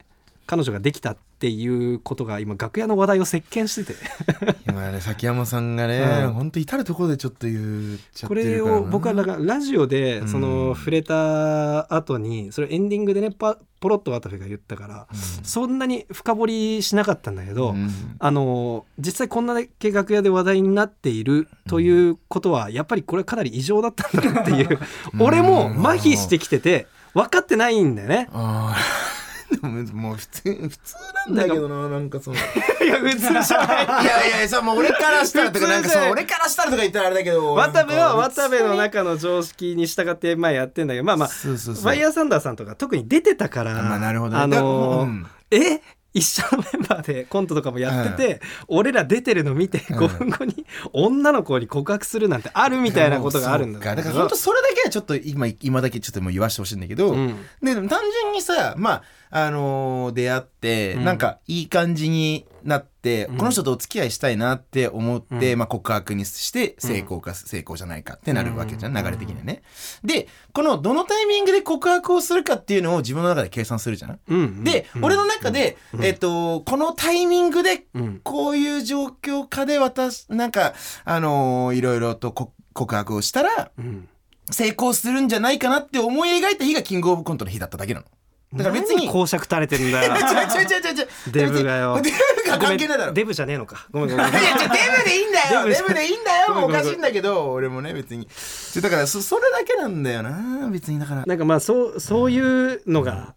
[SPEAKER 1] 彼女ができたっていうことが今楽屋の話題を席巻してて
[SPEAKER 2] 今ね崎山さんがね、
[SPEAKER 1] うん
[SPEAKER 2] ほんと至る所でちょっと言っちゃっ
[SPEAKER 1] こ
[SPEAKER 2] てる
[SPEAKER 1] れ
[SPEAKER 2] からな
[SPEAKER 1] を僕はだからラジオでその
[SPEAKER 2] うん
[SPEAKER 1] 触れた後にそれエンディングでねパポロッと渡部が言ったからそんなに深掘りしなかったんだけど、
[SPEAKER 2] うん
[SPEAKER 1] あの実際こんだけ楽屋で話題になっているということはやっぱりこれはかなり異常だったんだなっていう
[SPEAKER 2] うん。
[SPEAKER 1] 俺も麻痺してきてて分かってないんだよね
[SPEAKER 2] あーでももう普通普通なんだけどななんかその い
[SPEAKER 1] いや普通じゃない
[SPEAKER 2] やいやさもう俺からしたらとかなん
[SPEAKER 1] 普
[SPEAKER 2] かそ
[SPEAKER 1] 通
[SPEAKER 2] の
[SPEAKER 1] で
[SPEAKER 2] 俺からしたらとか言ったらあれだけど
[SPEAKER 1] 渡部は
[SPEAKER 2] なんか
[SPEAKER 1] 渡部の中の常識に従ってまあやってんだけどまあまあ
[SPEAKER 2] そうそうそう
[SPEAKER 1] ワイヤーサンダーさんとか特に出てたから、
[SPEAKER 2] まあなるほどね
[SPEAKER 1] あのー
[SPEAKER 2] うん
[SPEAKER 1] え一緒のメンバーでコントとかもやってて、俺ら出てるの見て
[SPEAKER 2] うん
[SPEAKER 1] 5分後に女の子に告白するなんてあるみたいなことがあるんだ
[SPEAKER 2] そうかだから本当それだけはちょっと今今だけちょっともう言わしてほしいんだけど、
[SPEAKER 1] うん
[SPEAKER 2] ででも単純にさまああのー出会って、
[SPEAKER 1] うん
[SPEAKER 2] なんかいい感じになって、
[SPEAKER 1] うん
[SPEAKER 2] この人とお付き合いしたいなって思って、
[SPEAKER 1] う
[SPEAKER 2] まあ、告白にして成功か成功じゃないかってなるわけじゃん、
[SPEAKER 1] うん
[SPEAKER 2] 流れ的にはね。でこのどのタイミングで告白をするかっていうのを自分の中で計算するじゃん。
[SPEAKER 1] うんうん
[SPEAKER 2] で、
[SPEAKER 1] うん
[SPEAKER 2] 俺の中で、
[SPEAKER 1] うん
[SPEAKER 2] えっと、このタイミングで
[SPEAKER 1] うん
[SPEAKER 2] こういう状況下で私、なんか、あのーいろいろとこ告白をしたら、
[SPEAKER 1] うん
[SPEAKER 2] 成功するんじゃないかなって思い描いた日がキングオブコントの日だっただけなの。だから別に
[SPEAKER 1] 何公爵垂れてんだよ
[SPEAKER 2] 違う違う違う違う違う。
[SPEAKER 1] デブがよ
[SPEAKER 2] デブが関係ないだろ。
[SPEAKER 1] ごめん
[SPEAKER 2] い
[SPEAKER 1] デブじゃねえのかごめんご めん
[SPEAKER 2] や、じゃあデブでいいんだよ。
[SPEAKER 1] デブ
[SPEAKER 2] デブでいいんだよ。
[SPEAKER 1] ごめん
[SPEAKER 2] もう
[SPEAKER 1] ご
[SPEAKER 2] お
[SPEAKER 1] めん
[SPEAKER 2] かしいんだけど、俺もね、別に。ちょだから、そ、それだけなんだよな。別に、だから。
[SPEAKER 1] なんかまあそうそういうのが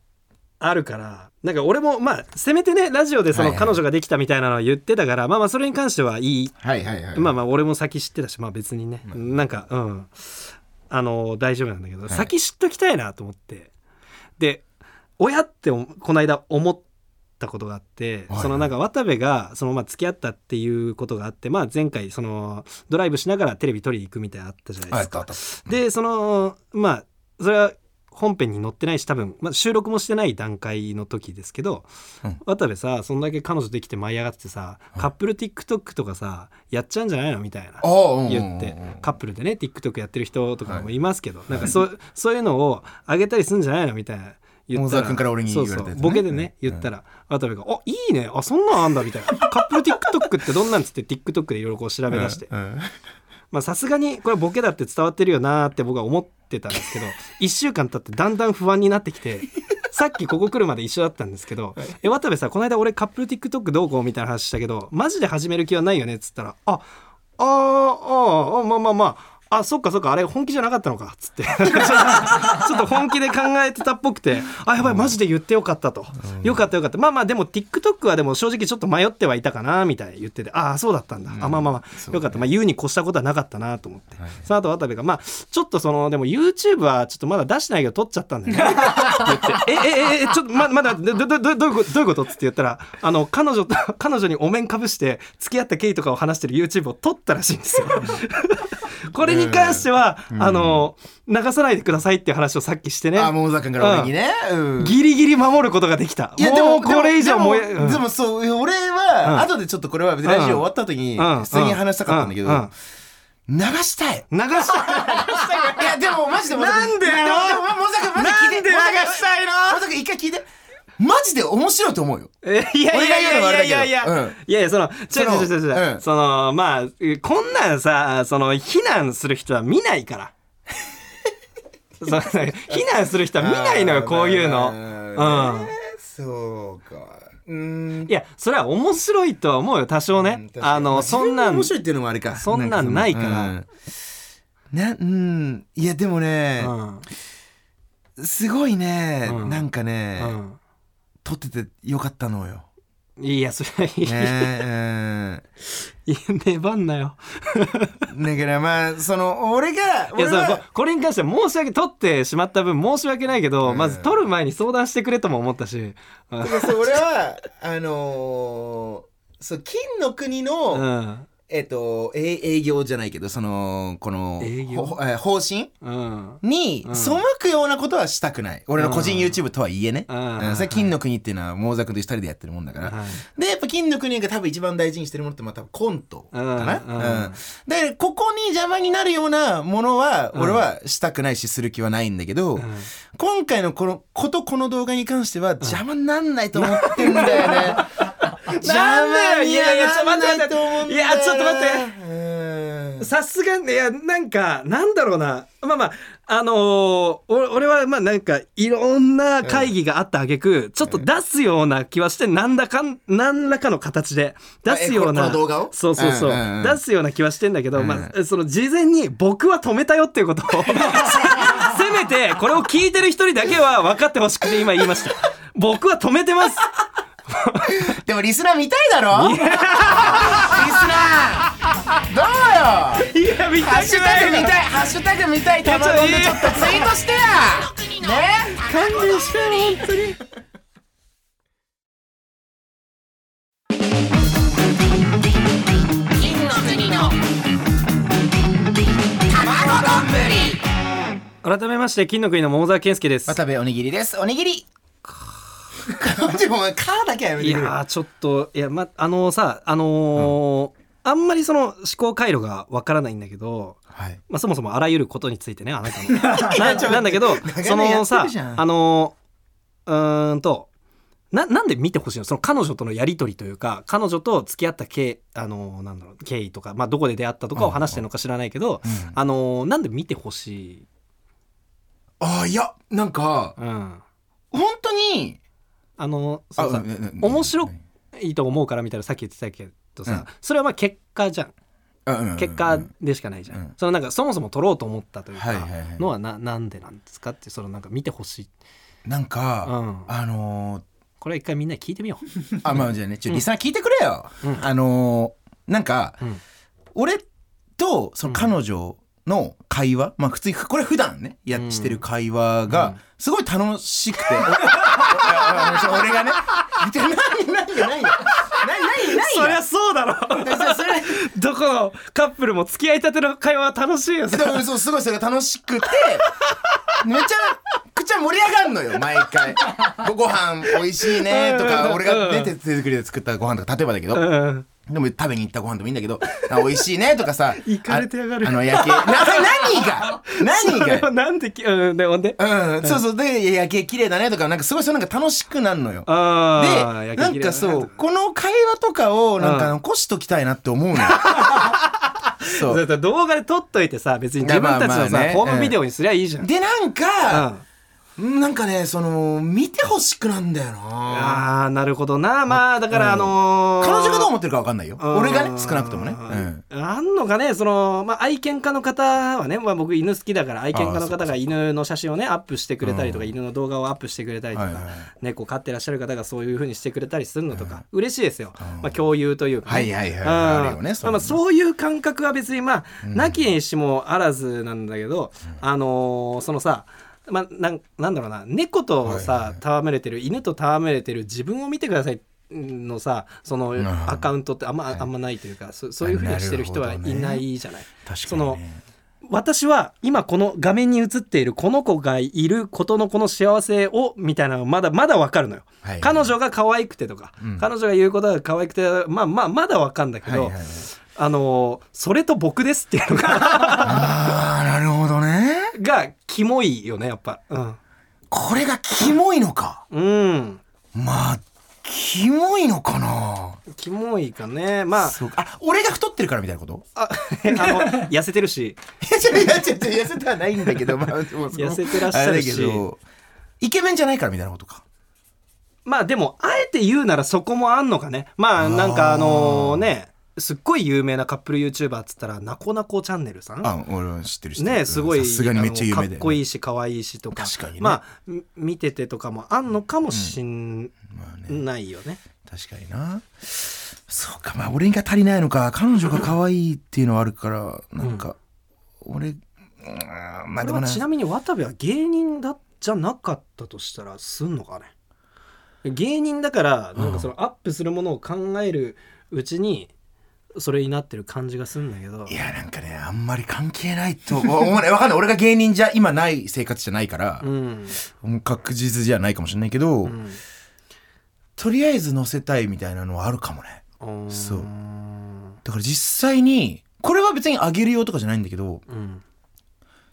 [SPEAKER 1] あるからなんか俺もまあせめてねラジオでそ
[SPEAKER 2] は
[SPEAKER 1] の
[SPEAKER 2] いはい
[SPEAKER 1] 彼女ができたみたいなのは言ってたからまあまあそれに関してはいい
[SPEAKER 2] はいはいはい。
[SPEAKER 1] まあまあ俺も先知ってたしまあ別にね、なんかうんあの大丈夫なんだけど、
[SPEAKER 2] い
[SPEAKER 1] 先知っときたいなと思ってで親っておこの間思ったことがあって、
[SPEAKER 2] はい
[SPEAKER 1] そのなんか渡部がそのまあ付き合ったっていうことがあって、まあ、前回そのドライブしながらテレビ撮りに行くみたいなのあったじゃない
[SPEAKER 2] あ、
[SPEAKER 1] で
[SPEAKER 2] やっ
[SPEAKER 1] す
[SPEAKER 2] た
[SPEAKER 1] か。
[SPEAKER 2] あった。
[SPEAKER 1] でそのまあそれは本編に載ってないし多分、まあ、収録もしてない段階の時ですけど、
[SPEAKER 2] うん
[SPEAKER 1] 渡部さそんだけ彼女できて舞い上がっててさ、カップル TikTok とかさやっちゃうんじゃないのみたいな
[SPEAKER 2] ああ、うんうんうん
[SPEAKER 1] 言ってカップルでね TikTok やってる人とかもいますけど、なんか
[SPEAKER 2] はい
[SPEAKER 1] そうそういうのを上げたりすんじゃないのみたいな言った
[SPEAKER 2] 大沢君から俺に言われたやつね
[SPEAKER 1] そうそうボケでね
[SPEAKER 2] うん
[SPEAKER 1] 言ったら渡部が「あいいねあそんなんあんだ」みたいな「カップル TikTok ってどんなん?」つって TikTok でいろいろこう調べ出して
[SPEAKER 2] うんうん
[SPEAKER 1] まあさすがにこれボケだって伝わってるよなーって僕は思ってたんですけど1週間経ってだんだん不安になってきてさっきここ来るまで一緒だったんですけど「え渡部さこの間俺カップル TikTok どうこう」みたいな話したけどマジで始める気はないよねっつったら「ああーあーあまあまあまああそっかそっかあれ本気じゃなかったのか」っつって ちょっ と本気で考えてたっぽくて「あやばいマジで言ってよかった」と「よかったよかったまあまあでも TikTok はでも正直ちょっと迷ってはいたかな」みたいに言ってて「ああそうだったんだ、あまあまあまあ、
[SPEAKER 2] そう
[SPEAKER 1] よかったまあ言うに越したことはなかったな」と思って、
[SPEAKER 2] はい
[SPEAKER 1] その後渡部が「まあちょっとそのでも YouTube はちょっとまだ出してないけど撮っちゃったんだよね」って言って「えええええちょっとままだどどどどどういうことどういうこと?」っつって言ったらあの彼女と 彼女にお面かぶして付き合った経緯とかを話してる YouTube を撮ったらしいんです よ。これに関しては、あの流さないでくださいっていう話をさっきしてね
[SPEAKER 2] あ、もう大沢君から俺にね。うん
[SPEAKER 1] ギリギリ守ることができた。
[SPEAKER 2] いやで
[SPEAKER 1] も
[SPEAKER 2] も
[SPEAKER 1] うこれ以上もや
[SPEAKER 2] で
[SPEAKER 1] う
[SPEAKER 2] も
[SPEAKER 1] ん
[SPEAKER 2] でもそう俺
[SPEAKER 1] うん
[SPEAKER 2] は後でちょっとこれは別にラジオ終わった時に
[SPEAKER 1] うん
[SPEAKER 2] 普通に話したかったんだけ
[SPEAKER 1] うう
[SPEAKER 2] ど流したい
[SPEAKER 1] 流した
[SPEAKER 2] いやでもマジで
[SPEAKER 1] なんでよ
[SPEAKER 2] でもでももざくマジ聞いて
[SPEAKER 1] なんで流したいの
[SPEAKER 2] もざく一回聞いてマジで面白いと思うよ
[SPEAKER 1] えいやいやいやいやいやいや、
[SPEAKER 2] 俺が言うのもあれだけどうん
[SPEAKER 1] いやいやその
[SPEAKER 2] その
[SPEAKER 1] 違う違う違う違う、
[SPEAKER 2] うん
[SPEAKER 1] そのまあこんなんさその非難する人は見ないから その非難する人は見ないのよこういう
[SPEAKER 2] あー
[SPEAKER 1] のうん
[SPEAKER 2] ねそうかうーん
[SPEAKER 1] いやそれは面白いとは思うよ多少
[SPEAKER 2] うん
[SPEAKER 1] ね
[SPEAKER 2] 確かに
[SPEAKER 1] あのそんな
[SPEAKER 2] 自分が
[SPEAKER 1] ん
[SPEAKER 2] 面白いっていうのもあれか
[SPEAKER 1] そんなんないから
[SPEAKER 2] んなうんいやでもね
[SPEAKER 1] うん
[SPEAKER 2] すごいね
[SPEAKER 1] うん
[SPEAKER 2] なんかね
[SPEAKER 1] うん
[SPEAKER 2] 撮っててよかったのよ
[SPEAKER 1] いやそれはいい、
[SPEAKER 2] ね
[SPEAKER 1] いや粘んなよ
[SPEAKER 2] うんだからまあその俺が
[SPEAKER 1] い
[SPEAKER 2] 俺
[SPEAKER 1] やそうこ
[SPEAKER 2] は
[SPEAKER 1] これに関しては申し訳取ってしまった分申し訳ないけど、まず取る前に相談してくれとも思ったし、うん
[SPEAKER 2] だからそう俺はあのーそう金の国の、
[SPEAKER 1] うん
[SPEAKER 2] えっとえ営業じゃないけどそのこの
[SPEAKER 1] 営業
[SPEAKER 2] ほえー方針
[SPEAKER 1] うん
[SPEAKER 2] に
[SPEAKER 1] うん
[SPEAKER 2] 背くようなことはしたくない、俺の個人
[SPEAKER 1] うん
[SPEAKER 2] YouTube とはいえね、
[SPEAKER 1] う
[SPEAKER 2] うんんそれ金の国っていうのはモーザ君と一人でやってるもんだから、
[SPEAKER 1] はい
[SPEAKER 2] でやっぱ金の国が多分一番大事にしてるものってまあ多分コントかな、
[SPEAKER 1] うんうん
[SPEAKER 2] でここに邪魔になるようなものは
[SPEAKER 1] うん
[SPEAKER 2] 俺はしたくないしする気はないんだけど、
[SPEAKER 1] うん
[SPEAKER 2] 今回のこのことこの動画に関しては邪魔になんないと思って んだよね邪魔にはなんないと思うんだよね
[SPEAKER 1] いやちょっと待って
[SPEAKER 2] うん
[SPEAKER 1] さすがにいやなんかなんだろうなまあまああのーお俺はまあなんかいろんな会議があった挙句ちょっと出すような気はしてなんだかん何らかの形で出すよう
[SPEAKER 2] あ
[SPEAKER 1] な
[SPEAKER 2] えこのこの動画を
[SPEAKER 1] そうそうそう
[SPEAKER 2] うんうんうん
[SPEAKER 1] 出すような気はしてんだけど
[SPEAKER 2] うん
[SPEAKER 1] まあその事前に僕は止めたよっていうことを せめてこれを聞いてる一人だけは分かってほしくて今言いました僕は止めてます
[SPEAKER 2] でもリスナー見たいだろリスナーどうよ
[SPEAKER 1] いや見
[SPEAKER 2] ハ
[SPEAKER 1] た
[SPEAKER 2] ッシュ
[SPEAKER 1] く
[SPEAKER 2] タグ見
[SPEAKER 1] な
[SPEAKER 2] たい
[SPEAKER 1] い
[SPEAKER 2] ハッシュタグ見たいたまどんでちょっとツイートしてやね
[SPEAKER 1] 勘弁してよ本当に
[SPEAKER 3] 金の国の卵丼ぶり
[SPEAKER 1] 改めまして金の国の桃沢健介です
[SPEAKER 2] 渡部おにぎりですおに ぎりちょお前カーだけはやめ
[SPEAKER 1] い
[SPEAKER 2] て
[SPEAKER 1] や
[SPEAKER 2] くれ
[SPEAKER 1] ーちょっといやまあのさあのーあんまりその思考回路がわからないんだけど、
[SPEAKER 2] はい
[SPEAKER 1] まあ、そもそもあらゆることについてねあな たのななんだけど
[SPEAKER 2] 長年
[SPEAKER 1] そのさ
[SPEAKER 2] やってるじゃん
[SPEAKER 1] あのーうーんとななんで見てほしいのその彼女とのやり取りというか彼女と付き合った経,、あのーなんだろう経緯とか、まあ、どこで出会ったとかを話してるのか知らないけど、
[SPEAKER 2] うん
[SPEAKER 1] あのーなんで見てほしい、
[SPEAKER 2] あいやなんか
[SPEAKER 1] うん、
[SPEAKER 2] 本当に
[SPEAKER 1] あのーそのさ面
[SPEAKER 2] 面
[SPEAKER 1] 白いいと思うからみたいなさっき言ってたけどさ、
[SPEAKER 2] うん
[SPEAKER 1] それはまあ結果じゃん。結果でしかないじゃん、
[SPEAKER 2] うん
[SPEAKER 1] そのなんかそもそも取ろうと思ったという
[SPEAKER 2] はい
[SPEAKER 1] か
[SPEAKER 2] はいはい
[SPEAKER 1] のはななんでなんですかってそのなんか見てほしい、
[SPEAKER 2] なん
[SPEAKER 1] う
[SPEAKER 2] か
[SPEAKER 1] ん、
[SPEAKER 2] あのー
[SPEAKER 1] これ一回みんなに聞いてみよう、
[SPEAKER 2] あまあじゃあねちょリスナー聞いてくれよ、
[SPEAKER 1] うん
[SPEAKER 2] あのーなんか、
[SPEAKER 1] うん
[SPEAKER 2] 俺とその彼女の会話、まあ普通にこれ普段ねや
[SPEAKER 1] うん
[SPEAKER 2] してる会話
[SPEAKER 1] うん
[SPEAKER 2] がすごい楽しくて、俺俺俺がね「何何よ何よ何何
[SPEAKER 1] そりゃそう だろどこのカップルも付き合いたての会話は楽しいよ
[SPEAKER 2] でもそうすごいそれが楽しくてめちゃくちゃ盛り上がるのよ毎回ごご飯美味しいねと
[SPEAKER 1] うんうんう
[SPEAKER 2] か
[SPEAKER 1] ん
[SPEAKER 2] 俺がね手手作りで作ったご飯とか例えばだけど、
[SPEAKER 1] うん
[SPEAKER 2] でも食べに行ったご飯でもいいんだけど、あ美味しいねとかさ
[SPEAKER 1] 。行かれてやがる
[SPEAKER 2] ああの夜景。な何が 何
[SPEAKER 1] それは
[SPEAKER 2] が
[SPEAKER 1] なんできうんでほんで
[SPEAKER 2] うん、そうそう。で、夜景綺麗だねとか、なんかすごいそうなんか楽しくなるのよ。
[SPEAKER 1] あ
[SPEAKER 2] で、
[SPEAKER 1] あ
[SPEAKER 2] なんかそう、この会話とかをなんか
[SPEAKER 1] うん
[SPEAKER 2] 残しときたいなって思うのよ。そ
[SPEAKER 1] だ
[SPEAKER 2] う。
[SPEAKER 1] から動画で撮っといてさ別に自分たちの
[SPEAKER 2] まあまあ
[SPEAKER 1] さ
[SPEAKER 2] ね
[SPEAKER 1] ホームビデオにすりゃいいじゃん、
[SPEAKER 2] で、なん
[SPEAKER 1] うん
[SPEAKER 2] か、なんかね、その、見てほしくなんだよな。
[SPEAKER 1] ああなるほどなまあだからあのー
[SPEAKER 2] 彼女がどう思ってるかわかんないよ。
[SPEAKER 1] うん
[SPEAKER 2] 俺がね、少なくともね。うん。
[SPEAKER 1] あんのかねその、まあ、愛犬家の方はね、まあ、僕犬好きだから愛犬家の方が犬の写真をねアップしてくれたりとか、犬の動画をアップしてくれたりとか、
[SPEAKER 2] はいはいはい
[SPEAKER 1] 猫飼ってらっしゃる方がそういうふうにしてくれたりするのとか、嬉しいですよ、まあ、共有というか、
[SPEAKER 2] はいはいはい
[SPEAKER 1] うん
[SPEAKER 2] あるよねそ
[SPEAKER 1] ま
[SPEAKER 2] う
[SPEAKER 1] あ、ま
[SPEAKER 2] いうの
[SPEAKER 1] あそういう感覚は別にまあ、なきにしもあらずなんだけど、あのーそのさまあ、なんなんだろうな猫とさ、戯れてる犬と戯れてる自分を見てくださいのさその
[SPEAKER 2] ん
[SPEAKER 1] アカウントってあんま,、あんまないというかそそういうふうにしてる人はいないじゃない。
[SPEAKER 2] 確か
[SPEAKER 1] そ
[SPEAKER 2] に
[SPEAKER 1] の
[SPEAKER 2] ね。
[SPEAKER 1] 私は今この画面に映っているこの子がいることのこの幸せをみたいなのがまだまだわかるのよ、
[SPEAKER 2] はい
[SPEAKER 1] 彼女が可愛くてとか、彼女が言うことが可愛くてまあまあまだわかんだけど、
[SPEAKER 2] はいはいはい
[SPEAKER 1] あのーそれと僕ですっていうのが
[SPEAKER 2] ああ、なるほどね。
[SPEAKER 1] がキモいよねやっぱ
[SPEAKER 2] これがキモいのか。
[SPEAKER 1] うん、うん、
[SPEAKER 2] まあ、キモいのかな
[SPEAKER 1] キモいかねまあ
[SPEAKER 2] そうかあ、俺が太ってるからみたいなこと
[SPEAKER 1] あ あの痩せてるし
[SPEAKER 2] いや、違う違う違う痩せてはないんだけど、まあ、
[SPEAKER 1] 痩
[SPEAKER 2] 痩
[SPEAKER 1] せてらっしゃるし
[SPEAKER 2] イケメンじゃないからみたいなことか。
[SPEAKER 1] まあでもあえて言うならそこもあんのかねまあなんかあのねすっごい有名なカップル YouTuber っつったらなこなこチャンネルさん
[SPEAKER 2] あ、俺は知ってるし。
[SPEAKER 1] ねすごい
[SPEAKER 2] さすがにめっちゃ有名だよ、
[SPEAKER 1] あのかっこいいし可愛いしとか
[SPEAKER 2] 確かにね
[SPEAKER 1] まあみ見ててとかもあんのかもしん
[SPEAKER 2] まあね
[SPEAKER 1] ないよね。
[SPEAKER 2] 確かになそうかまあ俺が足りないのか彼女が可愛いっていうのはあるからなんか、俺うんまあで
[SPEAKER 1] これ
[SPEAKER 2] も
[SPEAKER 1] は
[SPEAKER 2] な
[SPEAKER 1] ちなみに渡部は芸人だじゃなかったとしたらすんのかね芸人だからなんかそのアップするものを考えるうちにそれになってる感じがするんだけど
[SPEAKER 2] いやなんかねあんまり関係ないと 思うわかんない俺が芸人じゃ今ない生活じゃないから
[SPEAKER 1] う、ん、
[SPEAKER 2] もう確実じゃないかもしれないけど、
[SPEAKER 1] うん
[SPEAKER 2] とりあえず載せたいみたいなのはあるかもね
[SPEAKER 1] あー
[SPEAKER 2] そう
[SPEAKER 1] うん
[SPEAKER 2] だから実際にこれは別にあげる用とかじゃないんだけどだか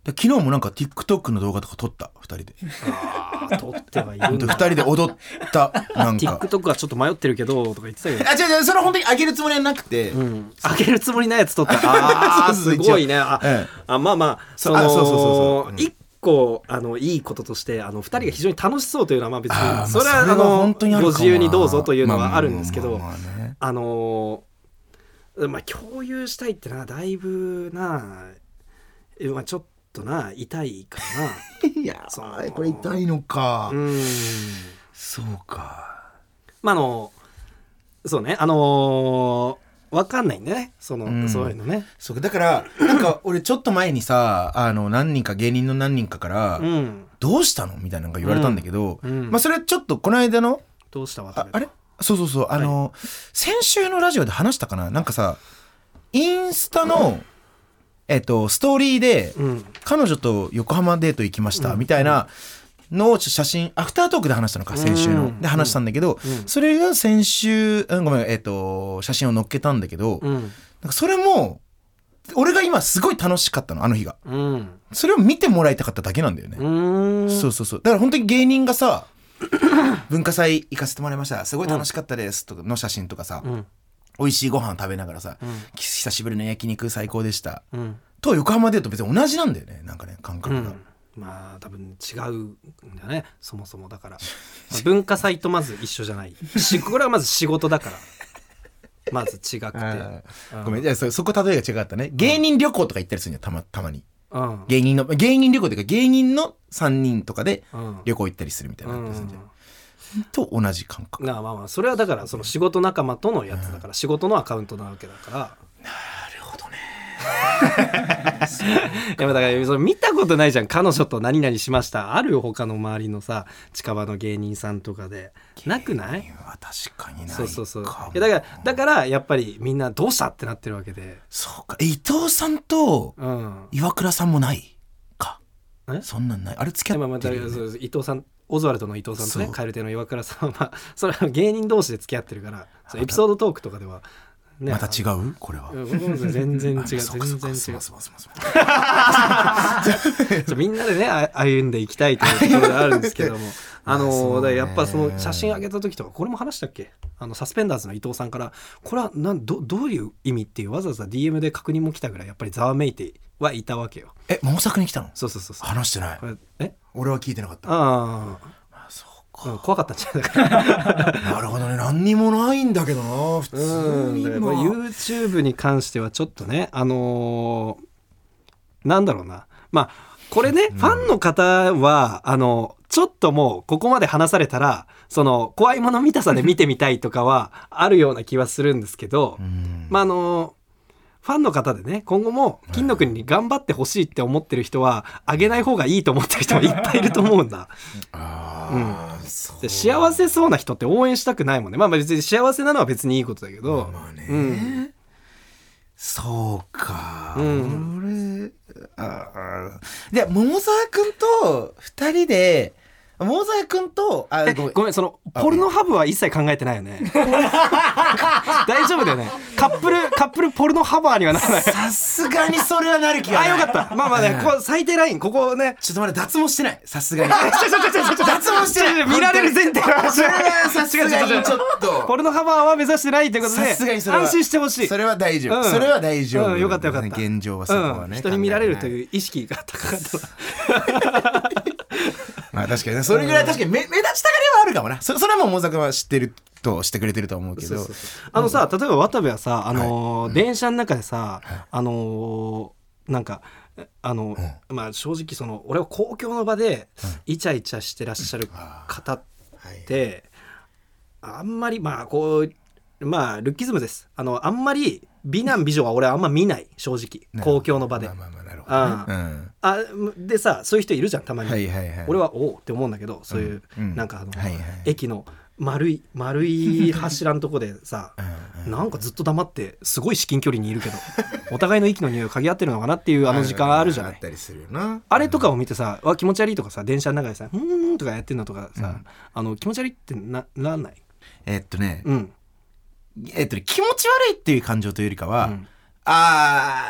[SPEAKER 2] ら昨日もなんか TikTok の動画とか撮った2人で
[SPEAKER 1] あー撮ってはいる
[SPEAKER 2] 本
[SPEAKER 1] ん
[SPEAKER 2] 当
[SPEAKER 1] だ
[SPEAKER 2] 2人で 踊ったなんか
[SPEAKER 1] TikTok はちょっと迷ってるけどとか言ってたけど
[SPEAKER 2] あ違う違うそれは本当にあげるつもりはなくて、
[SPEAKER 1] うん、あげるつもりないやつ撮った あー
[SPEAKER 2] そうそう
[SPEAKER 1] すごいねあ,、
[SPEAKER 2] ええ
[SPEAKER 1] あまあまあそ
[SPEAKER 2] そう
[SPEAKER 1] の
[SPEAKER 2] あそうそうそうそううん
[SPEAKER 1] 一個あのいいこととしてあの二人が非常に楽しそうというのはまあ別に
[SPEAKER 2] あーまあ
[SPEAKER 1] それはあ
[SPEAKER 2] それは
[SPEAKER 1] の
[SPEAKER 2] 本当にあ
[SPEAKER 1] ご
[SPEAKER 2] るかもな
[SPEAKER 1] 自由にどうぞというのはあるんですけど
[SPEAKER 2] まあまあまあまあまあね
[SPEAKER 1] あのーまあ共有したいってのはだいぶなえまあちょっとな痛いか
[SPEAKER 2] いや
[SPEAKER 1] そう
[SPEAKER 2] ーこれ痛いのか、
[SPEAKER 1] なうん
[SPEAKER 2] そうか
[SPEAKER 1] まああのそうねあのーわかんないんでねその、
[SPEAKER 2] うん
[SPEAKER 1] そういうのね
[SPEAKER 2] そうかだからなんか俺ちょっと前にさあの何人か芸人の何人かから
[SPEAKER 1] うん
[SPEAKER 2] 「どうしたの?」みたいなのが言われたんだけど、
[SPEAKER 1] うんうん
[SPEAKER 2] まあそれはちょっとこの間の
[SPEAKER 1] どうしたわ
[SPEAKER 2] ああれそうそうそうあの、先週のラジオで話したかななんかさインスタの、えっとストーリーで、
[SPEAKER 1] うん
[SPEAKER 2] 彼女と横浜デート行きました、みたいなのを写真アフタートークで話したのか先週
[SPEAKER 1] う
[SPEAKER 2] の、
[SPEAKER 1] ん
[SPEAKER 2] で話したんだけど、
[SPEAKER 1] うん
[SPEAKER 2] それが先週うんごめんえっ、と写真を載っけたんだけど、なん
[SPEAKER 1] うん
[SPEAKER 2] かそれも俺が今すごい楽しかったのあの日が
[SPEAKER 1] うん
[SPEAKER 2] それを見てもらいたかっただけなんだよね、
[SPEAKER 1] うーん
[SPEAKER 2] そうそうそう。だから本当に芸人がさ、 文化祭行かせてもらいました。すごい楽しかったです。とかの写真とかさ、
[SPEAKER 1] うん
[SPEAKER 2] 美味しいご飯食べながらさ、
[SPEAKER 1] うん
[SPEAKER 2] き久しぶりの焼肉最高でした。
[SPEAKER 1] うん
[SPEAKER 2] と横浜で言うと別に同じなんだよね。なんかね、感
[SPEAKER 1] う
[SPEAKER 2] 覚が。
[SPEAKER 1] んまあ多分違うんだねそもそもだからまあ文化祭とまず一緒じゃないしこれはまず仕事だからまず違 くて
[SPEAKER 2] あ
[SPEAKER 1] う
[SPEAKER 2] ー
[SPEAKER 1] ん
[SPEAKER 2] ごめん、じゃあそそこ例えが違かったね。芸人旅行とか行ったりするんよ、たま、たまに。
[SPEAKER 1] うん
[SPEAKER 2] 芸人の、芸人旅行というか芸人の3人とかで
[SPEAKER 1] うん
[SPEAKER 2] 旅行行ったりするみたいなのあったりするんじゃん
[SPEAKER 1] う
[SPEAKER 2] と同じ感覚。
[SPEAKER 1] んなあまあまあそれはだからその仕事仲間とのやつだから仕事のアカウントなわけだから
[SPEAKER 2] なる ほどね。
[SPEAKER 1] でもだからそれ見たことないじゃん彼女と何々しましたあるよ他の周りのさ近場の芸人さんとかでなくない
[SPEAKER 2] は確かにないか
[SPEAKER 1] そう
[SPEAKER 2] も
[SPEAKER 1] そうそういやだからだからやっぱりみんなどうしたってなってるわけで
[SPEAKER 2] そうか。え伊藤さんと、
[SPEAKER 1] うん
[SPEAKER 2] 岩倉さんもないか
[SPEAKER 1] え
[SPEAKER 2] そんなんないあれ付き
[SPEAKER 1] でも
[SPEAKER 2] 合
[SPEAKER 1] ま
[SPEAKER 2] っ
[SPEAKER 1] あ
[SPEAKER 2] て
[SPEAKER 1] だ
[SPEAKER 2] る
[SPEAKER 1] か
[SPEAKER 2] よ
[SPEAKER 1] ら
[SPEAKER 2] ね、
[SPEAKER 1] そう伊藤さんオズワルドの伊藤さんとね
[SPEAKER 2] そう
[SPEAKER 1] 蛙亭の岩倉さんはま あそれは芸人同士で付き合ってるからそうエピソードトークとかではね
[SPEAKER 2] また違うこれは、
[SPEAKER 1] うん僕も全然違う
[SPEAKER 2] あ
[SPEAKER 1] 全
[SPEAKER 2] そうかそうか
[SPEAKER 1] 然違う
[SPEAKER 2] す
[SPEAKER 1] ち
[SPEAKER 2] ま
[SPEAKER 1] ょ
[SPEAKER 2] んすまんすまんすまん
[SPEAKER 1] っとみんなでねあ歩んでいきたいというところがあるんですけ どもあの
[SPEAKER 2] そうね
[SPEAKER 1] だからやっぱその写真上げた時とかこれも話したっけあのサスペンダーズの伊藤さんからこれはなんどどういう意味っていうわざわざ DM で確認も来たぐらいやっぱりざわめいてはいたわけよ
[SPEAKER 2] え毛作に来たの
[SPEAKER 1] そうそうそうそう
[SPEAKER 2] 話してない
[SPEAKER 1] これえ
[SPEAKER 2] 俺は聞いてなかった
[SPEAKER 1] あ
[SPEAKER 2] あそう
[SPEAKER 1] あ、うん怖かったんじゃないだから。
[SPEAKER 2] かなるほどね何にもないんだけどな普通
[SPEAKER 1] うん、
[SPEAKER 2] に
[SPEAKER 1] だから
[SPEAKER 2] 今
[SPEAKER 1] これ YouTube に関してはちょっとね、あのーなんだろうな。まあ、これね、ファンの方は、あの、ちょっともう、ここまで話されたら、その、怖いもの見たさで見てみたいとかは、 あるような気はするんですけど、
[SPEAKER 2] うん
[SPEAKER 1] まああのファンの方でね今後も金の国に頑張ってほしいって思ってる人はあげない方がいいと思ってる人 もいっぱいいると思うんだ。
[SPEAKER 2] あーそう
[SPEAKER 1] で幸せそうな人って応援したくないもんねまあまあ別に幸せなのは別にいいことだけど、
[SPEAKER 2] まあね、
[SPEAKER 1] うん
[SPEAKER 2] そうか、
[SPEAKER 1] うん
[SPEAKER 2] 俺ああで桃沢君と二人で桃沢君とあ
[SPEAKER 1] え
[SPEAKER 2] ごめん
[SPEAKER 1] ごめんそのポルノハブは一切考えてないよね大丈夫だよねカップルカップルポルノハバーにはならない
[SPEAKER 2] さすがにそれはなる気が
[SPEAKER 1] あ
[SPEAKER 2] ない
[SPEAKER 1] よかったまあまあねこう最低ラインここをね
[SPEAKER 2] ちょっとまだ脱毛してないさすがに
[SPEAKER 1] ちょちょちょちょちょちょ
[SPEAKER 2] 脱毛してない
[SPEAKER 1] 見られる前提の話
[SPEAKER 2] それはさすがにちょっ
[SPEAKER 1] ポ
[SPEAKER 2] と
[SPEAKER 1] ルノハバーは目指してないということで
[SPEAKER 2] さすがにそれは
[SPEAKER 1] 安心してほしい
[SPEAKER 2] それは大丈夫、
[SPEAKER 1] うん
[SPEAKER 2] それは大丈夫、
[SPEAKER 1] うんよかったよかった
[SPEAKER 2] 現状はそこはね、
[SPEAKER 1] うん人に見られると
[SPEAKER 2] う
[SPEAKER 1] いう意識が高かったわ
[SPEAKER 2] まあ確かにねそれぐらい確かに目目立ちたがりはあるかもなそそれはもう桃沢君は知ってるとしてくれてると思うけど
[SPEAKER 1] あのさ例えば渡部はさあのー電車の中でさ、あのーなんかえあの、まあ正直その俺は公共の場でイチャイチャしてらっしゃる方っ
[SPEAKER 2] はい
[SPEAKER 1] て、あんまりまあこうまあルッキズムですあのあんまり美男美女は俺はあんま見ない正 直公共の場で
[SPEAKER 2] まあまあまあなるほど
[SPEAKER 1] あ
[SPEAKER 2] う
[SPEAKER 1] あ
[SPEAKER 2] ん
[SPEAKER 1] あでさそういう人いるじゃんたまに、
[SPEAKER 2] はいはいはい
[SPEAKER 1] 俺はおおって思うんだけどそういう、
[SPEAKER 2] うんうん
[SPEAKER 1] なんかあの、
[SPEAKER 2] はいはい
[SPEAKER 1] 駅の丸い丸い柱のとこでさ
[SPEAKER 2] うんうん
[SPEAKER 1] なんかずっと黙ってすごい至近距離にいるけどお互いの息の匂いを嗅ぎ合ってるのかなっていうあの時間あるじゃな
[SPEAKER 2] あ
[SPEAKER 1] い
[SPEAKER 2] ったりするよな
[SPEAKER 1] あれとかを見てさ「わ気持ち悪い」とかさ電車の中でさ「うーん」とかやってんのとかさ、
[SPEAKER 2] うん
[SPEAKER 1] あの気持ち悪いってなならない
[SPEAKER 2] えっとね
[SPEAKER 1] うん
[SPEAKER 2] えっとね気持ち悪いっていう感情というよりかは
[SPEAKER 1] うん
[SPEAKER 2] あ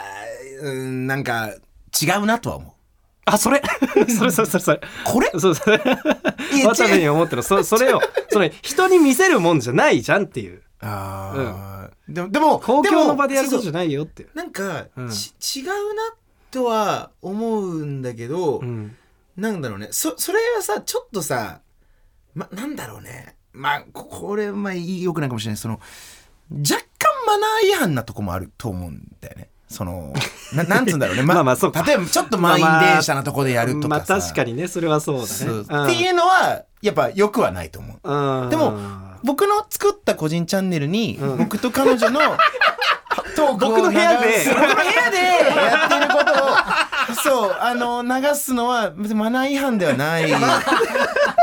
[SPEAKER 2] ーうんなんか違うなとは思う
[SPEAKER 1] あそれそれそれそれそれ
[SPEAKER 2] これ
[SPEAKER 1] そうそれ
[SPEAKER 2] いや
[SPEAKER 1] 渡部に思ってるそそれをそれ人に見せるもんじゃないじゃんっていう
[SPEAKER 2] あーでもでも
[SPEAKER 1] 公共の場でやる
[SPEAKER 2] そ
[SPEAKER 1] こ
[SPEAKER 2] う
[SPEAKER 1] とじゃないよっていう
[SPEAKER 4] なんか、
[SPEAKER 1] うん
[SPEAKER 4] ち違うなとは思うんだけど、
[SPEAKER 1] うん
[SPEAKER 4] なんだろうねそそれはさちょっとさまなんだろうね
[SPEAKER 2] まあここれまあ良くないかもしれないその若干マナー違反なとこもあると思うんだよねそのななんつうんだろうね、
[SPEAKER 1] まあまあそうか
[SPEAKER 2] 例えばちょっと満員電車のとこでやると
[SPEAKER 1] ま
[SPEAKER 2] か
[SPEAKER 1] あ
[SPEAKER 2] さ、
[SPEAKER 1] 確かにねそれはそうだね
[SPEAKER 2] そう
[SPEAKER 1] うん
[SPEAKER 2] っていうのはやっぱ良くはないと思う
[SPEAKER 1] うん
[SPEAKER 2] でも僕の作った個人チャンネルに、
[SPEAKER 1] うん
[SPEAKER 2] 僕と彼女 のトークを
[SPEAKER 1] 僕の部屋で
[SPEAKER 2] 流す僕の部屋でやってることをそうあの流すのは別にマナー違反ではない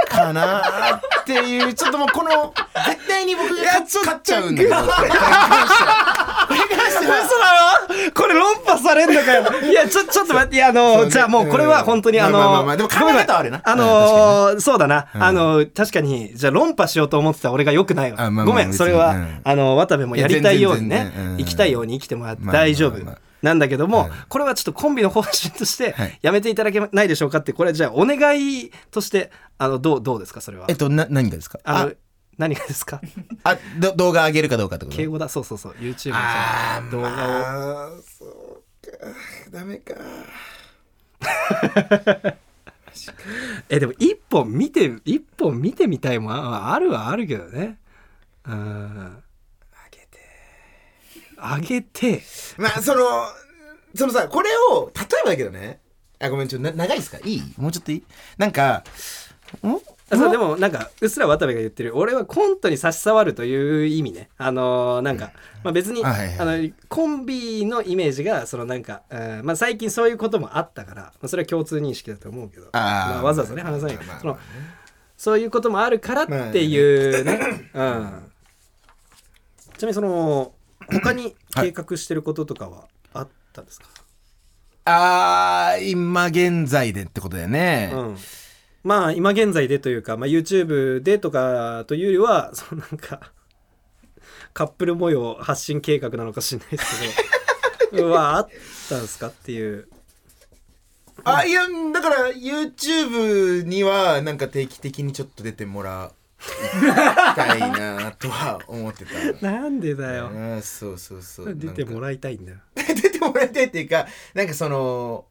[SPEAKER 2] かなっていうちょっともうこの絶対に僕が勝っちゃうんだけどこれに関しては
[SPEAKER 1] 嘘だろこれ論破されんのか よいやちょちょっと待っていやあ
[SPEAKER 2] そう
[SPEAKER 1] の
[SPEAKER 2] ね
[SPEAKER 1] じゃあもうこれは本当にあ
[SPEAKER 2] まあまあまあ
[SPEAKER 1] の
[SPEAKER 2] まあでも考
[SPEAKER 1] ごめんごめ
[SPEAKER 2] え
[SPEAKER 1] ん
[SPEAKER 2] 方はあるな
[SPEAKER 1] あのーそうだなあのー確かにじゃあ論破しようと思ってた俺がよくない
[SPEAKER 2] あ
[SPEAKER 1] わ
[SPEAKER 2] まあまあ
[SPEAKER 1] ごめ
[SPEAKER 2] 別
[SPEAKER 1] ん
[SPEAKER 2] に
[SPEAKER 1] それ
[SPEAKER 2] う
[SPEAKER 1] は
[SPEAKER 2] ん
[SPEAKER 1] あの渡部もやりたいように
[SPEAKER 2] いや全
[SPEAKER 1] ね
[SPEAKER 2] 然全然うん
[SPEAKER 1] 生きたいように生きてもらって
[SPEAKER 2] まあまあまあ
[SPEAKER 1] 大丈夫
[SPEAKER 2] まあ
[SPEAKER 1] なんだけど
[SPEAKER 2] う
[SPEAKER 1] も
[SPEAKER 2] ん
[SPEAKER 1] これはちょっとコンビの方針として
[SPEAKER 2] はい
[SPEAKER 1] やめていただけないでしょうかってこれじゃあお願いとしてあのどうどうですかそれは
[SPEAKER 2] えっとな何がですか
[SPEAKER 1] あ
[SPEAKER 2] あ
[SPEAKER 1] の何がですか
[SPEAKER 2] あど動画上げるかどうかってこと
[SPEAKER 1] 敬語だそうそうそう YouTube の
[SPEAKER 2] あ
[SPEAKER 1] さ
[SPEAKER 2] ー
[SPEAKER 1] 動画を
[SPEAKER 2] あーそうかダメか
[SPEAKER 1] えでも一本見て一本見てみたいもんああるはあるけどねうんあげてあげて
[SPEAKER 4] まあそのそのさこれを例えばだけどねあごめんちょっとな長いですかいい
[SPEAKER 2] もうちょっといいなんかん
[SPEAKER 1] あそうでもなんかうっすら渡部が言ってる俺はコントに差し障るという意味ねあのーなんか、まあ、別に、
[SPEAKER 2] あはいはい
[SPEAKER 1] あのコンビのイメージがそのなんか、うんまあ、最近そういうこともあったから、まあ、それは共通認識だと思うけど
[SPEAKER 2] あー
[SPEAKER 1] まあ、わざわざね話さない、
[SPEAKER 2] まあまあまあ
[SPEAKER 1] そのそういうこともあるからっていうね、うん、ちなみにその他に計画してることとかはあったんですか、
[SPEAKER 2] あー今現在でってことだよね、
[SPEAKER 1] うん、まあ今現在でというか、まあ、YouTube でとかというより はそのなんかカップル模様発信計画なのかしれないですけ どうわあったんですかっていう
[SPEAKER 4] あいやだから YouTube にはなんか定期的にちょっと出てもらいたいなとは思 ってた
[SPEAKER 1] なんでだよ
[SPEAKER 4] あそうそうそう
[SPEAKER 1] 出ても
[SPEAKER 4] ら
[SPEAKER 1] らいたいんだよ
[SPEAKER 4] 出てもらいたいっていうかなんかその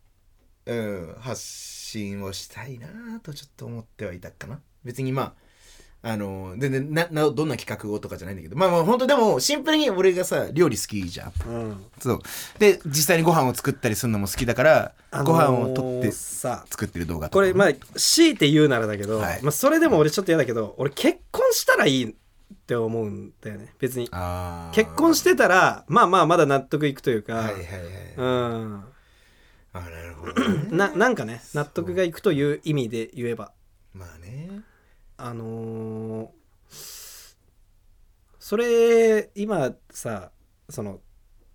[SPEAKER 4] うん発信をしたいなとちょっと思ってはいたかな別にまああの全然ななどんな企画をとかじゃないんだけどまあまあ本当でもシンプルに俺がさ料理好きじゃん
[SPEAKER 1] うん
[SPEAKER 2] そうで実際にご飯を作ったりするのも好きだから、
[SPEAKER 1] あのー
[SPEAKER 2] ご飯を取って
[SPEAKER 1] さ
[SPEAKER 2] 作ってる動画とか
[SPEAKER 1] これま
[SPEAKER 2] あ
[SPEAKER 1] あ強いて言うならだけど、
[SPEAKER 2] はい
[SPEAKER 1] まあ、それでも俺ちょっと嫌だけど俺結婚したらいいって思うんだよね別に
[SPEAKER 2] あー
[SPEAKER 1] 結婚してたらまあまあまだ納得いくというか、
[SPEAKER 4] はいはいはい
[SPEAKER 1] うん
[SPEAKER 4] あなるほどね
[SPEAKER 1] ななんかね納得がいくという意味で言えば
[SPEAKER 4] まあね
[SPEAKER 1] あのーそれ今さその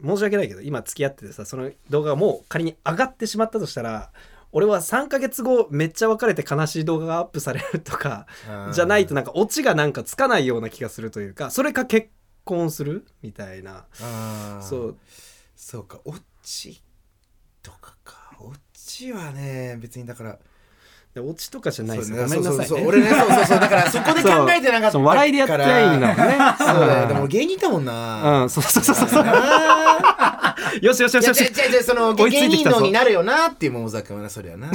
[SPEAKER 1] 申し訳ないけど今付き合っててさその動画がもう仮に上がってしまったとしたら俺は3ヶ月後めっちゃ別れて悲しい動画がアップされるとかじゃないとなんかオチがなんかつかないような気がするというかそれか結婚するみたいな
[SPEAKER 4] あー
[SPEAKER 1] そう
[SPEAKER 4] そうかオチとかかオチはね別にだから
[SPEAKER 1] でオチとかじゃないです
[SPEAKER 4] そう
[SPEAKER 1] よ
[SPEAKER 4] ね
[SPEAKER 1] ごめんなさい、ね、
[SPEAKER 4] そうそうそう 俺ねそうそうそうだからそこで考えてなかったから
[SPEAKER 1] そう笑いでやってないんだもんね
[SPEAKER 4] そうだよでも
[SPEAKER 1] う
[SPEAKER 4] 俺
[SPEAKER 1] ん
[SPEAKER 4] 芸人だもんな
[SPEAKER 1] うん、そうそうそうそうそう。 よしよしよ
[SPEAKER 4] い
[SPEAKER 1] し
[SPEAKER 4] や
[SPEAKER 1] よ
[SPEAKER 4] じゃ
[SPEAKER 1] し。
[SPEAKER 4] じゃじゃその
[SPEAKER 1] 追いつ
[SPEAKER 4] 芸
[SPEAKER 1] いてき
[SPEAKER 4] 人
[SPEAKER 1] たぞ
[SPEAKER 4] のになるよなっていう桃沢君はなそりゃな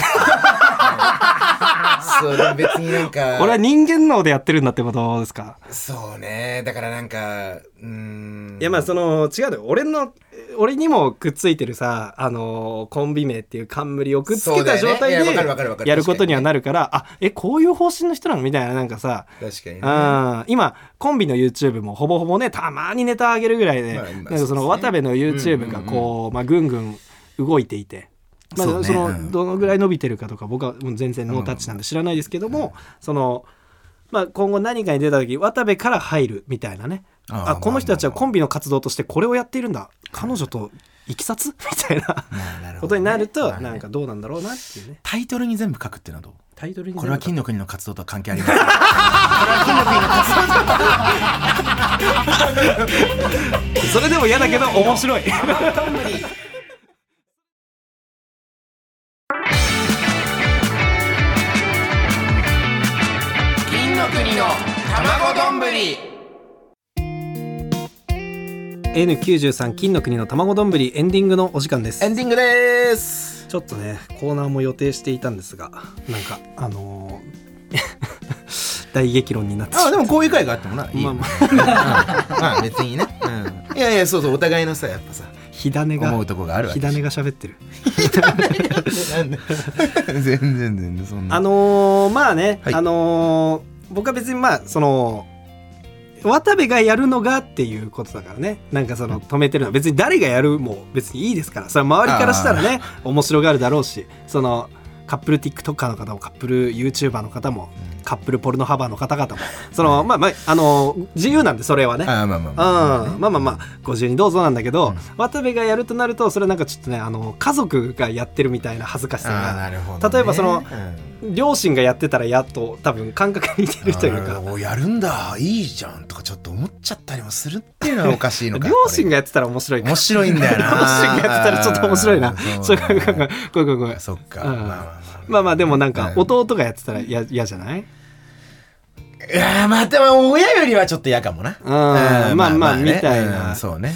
[SPEAKER 4] そうでも別になんか
[SPEAKER 1] 俺は人間脳でやってるんだってことですか
[SPEAKER 4] そうねだからなんかうーん
[SPEAKER 1] いやまあその違うのよ俺の俺にもくっついてるさあのーコンビ名っていう冠をくっつけた状
[SPEAKER 4] そ
[SPEAKER 1] 態
[SPEAKER 4] うだよねいやわかるわかるわか
[SPEAKER 1] で
[SPEAKER 4] る
[SPEAKER 1] やることにはなるからあえこういう方針の人なのみたいななんかさ
[SPEAKER 4] 確かにね
[SPEAKER 1] うん今コンビの YouTube もほぼほぼねたまにネタ上げるぐらいで、
[SPEAKER 4] まあまあ
[SPEAKER 1] なん
[SPEAKER 4] そう
[SPEAKER 1] か
[SPEAKER 4] です
[SPEAKER 1] そ
[SPEAKER 4] ね
[SPEAKER 1] の渡部の YouTube がこう、まあ、ぐんぐん動いていて。まあ
[SPEAKER 4] そう
[SPEAKER 1] そ
[SPEAKER 4] ねう
[SPEAKER 1] の
[SPEAKER 4] ん
[SPEAKER 1] どのぐらい伸びてるかとか僕はもう全然ノータッチなんで知らないですけども、そのまあ、今後何かに出た時渡部から入るみたいなね
[SPEAKER 2] あ
[SPEAKER 1] あ
[SPEAKER 2] あ
[SPEAKER 1] この人たちはコンビの活動としてこれをやっているんだ彼女といきさつみたいな
[SPEAKER 2] なるほ
[SPEAKER 1] こと
[SPEAKER 2] どね
[SPEAKER 1] になると
[SPEAKER 2] まあね
[SPEAKER 1] なんかどうなんだろうなっていうね
[SPEAKER 2] タイトルに全部書くっていうのはどう
[SPEAKER 1] タイトルに
[SPEAKER 2] これは
[SPEAKER 1] 全
[SPEAKER 2] 金
[SPEAKER 1] 部
[SPEAKER 2] の国の活動とは関係ありません
[SPEAKER 1] それでも嫌だけど面白い
[SPEAKER 3] 金の国の卵丼ぶり
[SPEAKER 1] N93 金の国の卵丼エンディングのお時間です
[SPEAKER 2] エンディングでーす
[SPEAKER 1] ちょっとねコーナーも予定していたんですがなんかあのー 大激論になってしま
[SPEAKER 2] あ
[SPEAKER 1] っ
[SPEAKER 2] でもこういう回があってもないい
[SPEAKER 1] ま
[SPEAKER 2] よ
[SPEAKER 1] あま
[SPEAKER 4] まあ別にね、うん、いやいやそうそうお互いのさやっぱさ
[SPEAKER 1] た火種が
[SPEAKER 2] 思うとこがあるわ
[SPEAKER 1] 火
[SPEAKER 2] けでし
[SPEAKER 1] 種が喋ってる
[SPEAKER 2] ょなんで全然全然そんな
[SPEAKER 1] あのーまあね、
[SPEAKER 2] はい
[SPEAKER 1] あのー僕は別にまあその渡部がやるのがっていうことだからねなんかその止めてるのは別に誰がやるも別にいいですからそれは周りからしたらね面白がるだろうしそのカップル TikToker の方もカップル YouTuber の方もカップルポルノハバーの方々もそのまあまああのー自由なんでそれはね
[SPEAKER 2] あーまあまあ
[SPEAKER 1] うん、
[SPEAKER 2] ま
[SPEAKER 1] まあ
[SPEAKER 2] あ
[SPEAKER 1] まあまあご自由にどうぞなんだけど、渡部がやるとなるとそれなんかちょっとねあの家族がやってるみたいな恥ずかしさ
[SPEAKER 2] あー
[SPEAKER 1] が
[SPEAKER 2] なるほどね
[SPEAKER 1] 例えばその
[SPEAKER 2] うん
[SPEAKER 1] 両親がやってたらやっと多分感覚に似てるという
[SPEAKER 2] あ
[SPEAKER 1] か
[SPEAKER 2] ーおやるんだいいじゃんとかちょっと思っちゃったりもするっていうのはおかしい のか
[SPEAKER 1] 両親がやってたら面白いか
[SPEAKER 2] 面白いんだよな
[SPEAKER 1] 両親がやってたらちょっと面白いな
[SPEAKER 2] あー
[SPEAKER 1] そ
[SPEAKER 2] そうう
[SPEAKER 1] かごめんごめんごめんごめん
[SPEAKER 2] そっか
[SPEAKER 1] うん
[SPEAKER 2] まあまあ
[SPEAKER 1] まあまあでもなんか
[SPEAKER 2] うん
[SPEAKER 1] 弟がやってたらや嫌じゃない
[SPEAKER 2] いやーまあでも親よりはちょっと嫌かもなうん
[SPEAKER 1] まあまあみたいな
[SPEAKER 2] うんそうね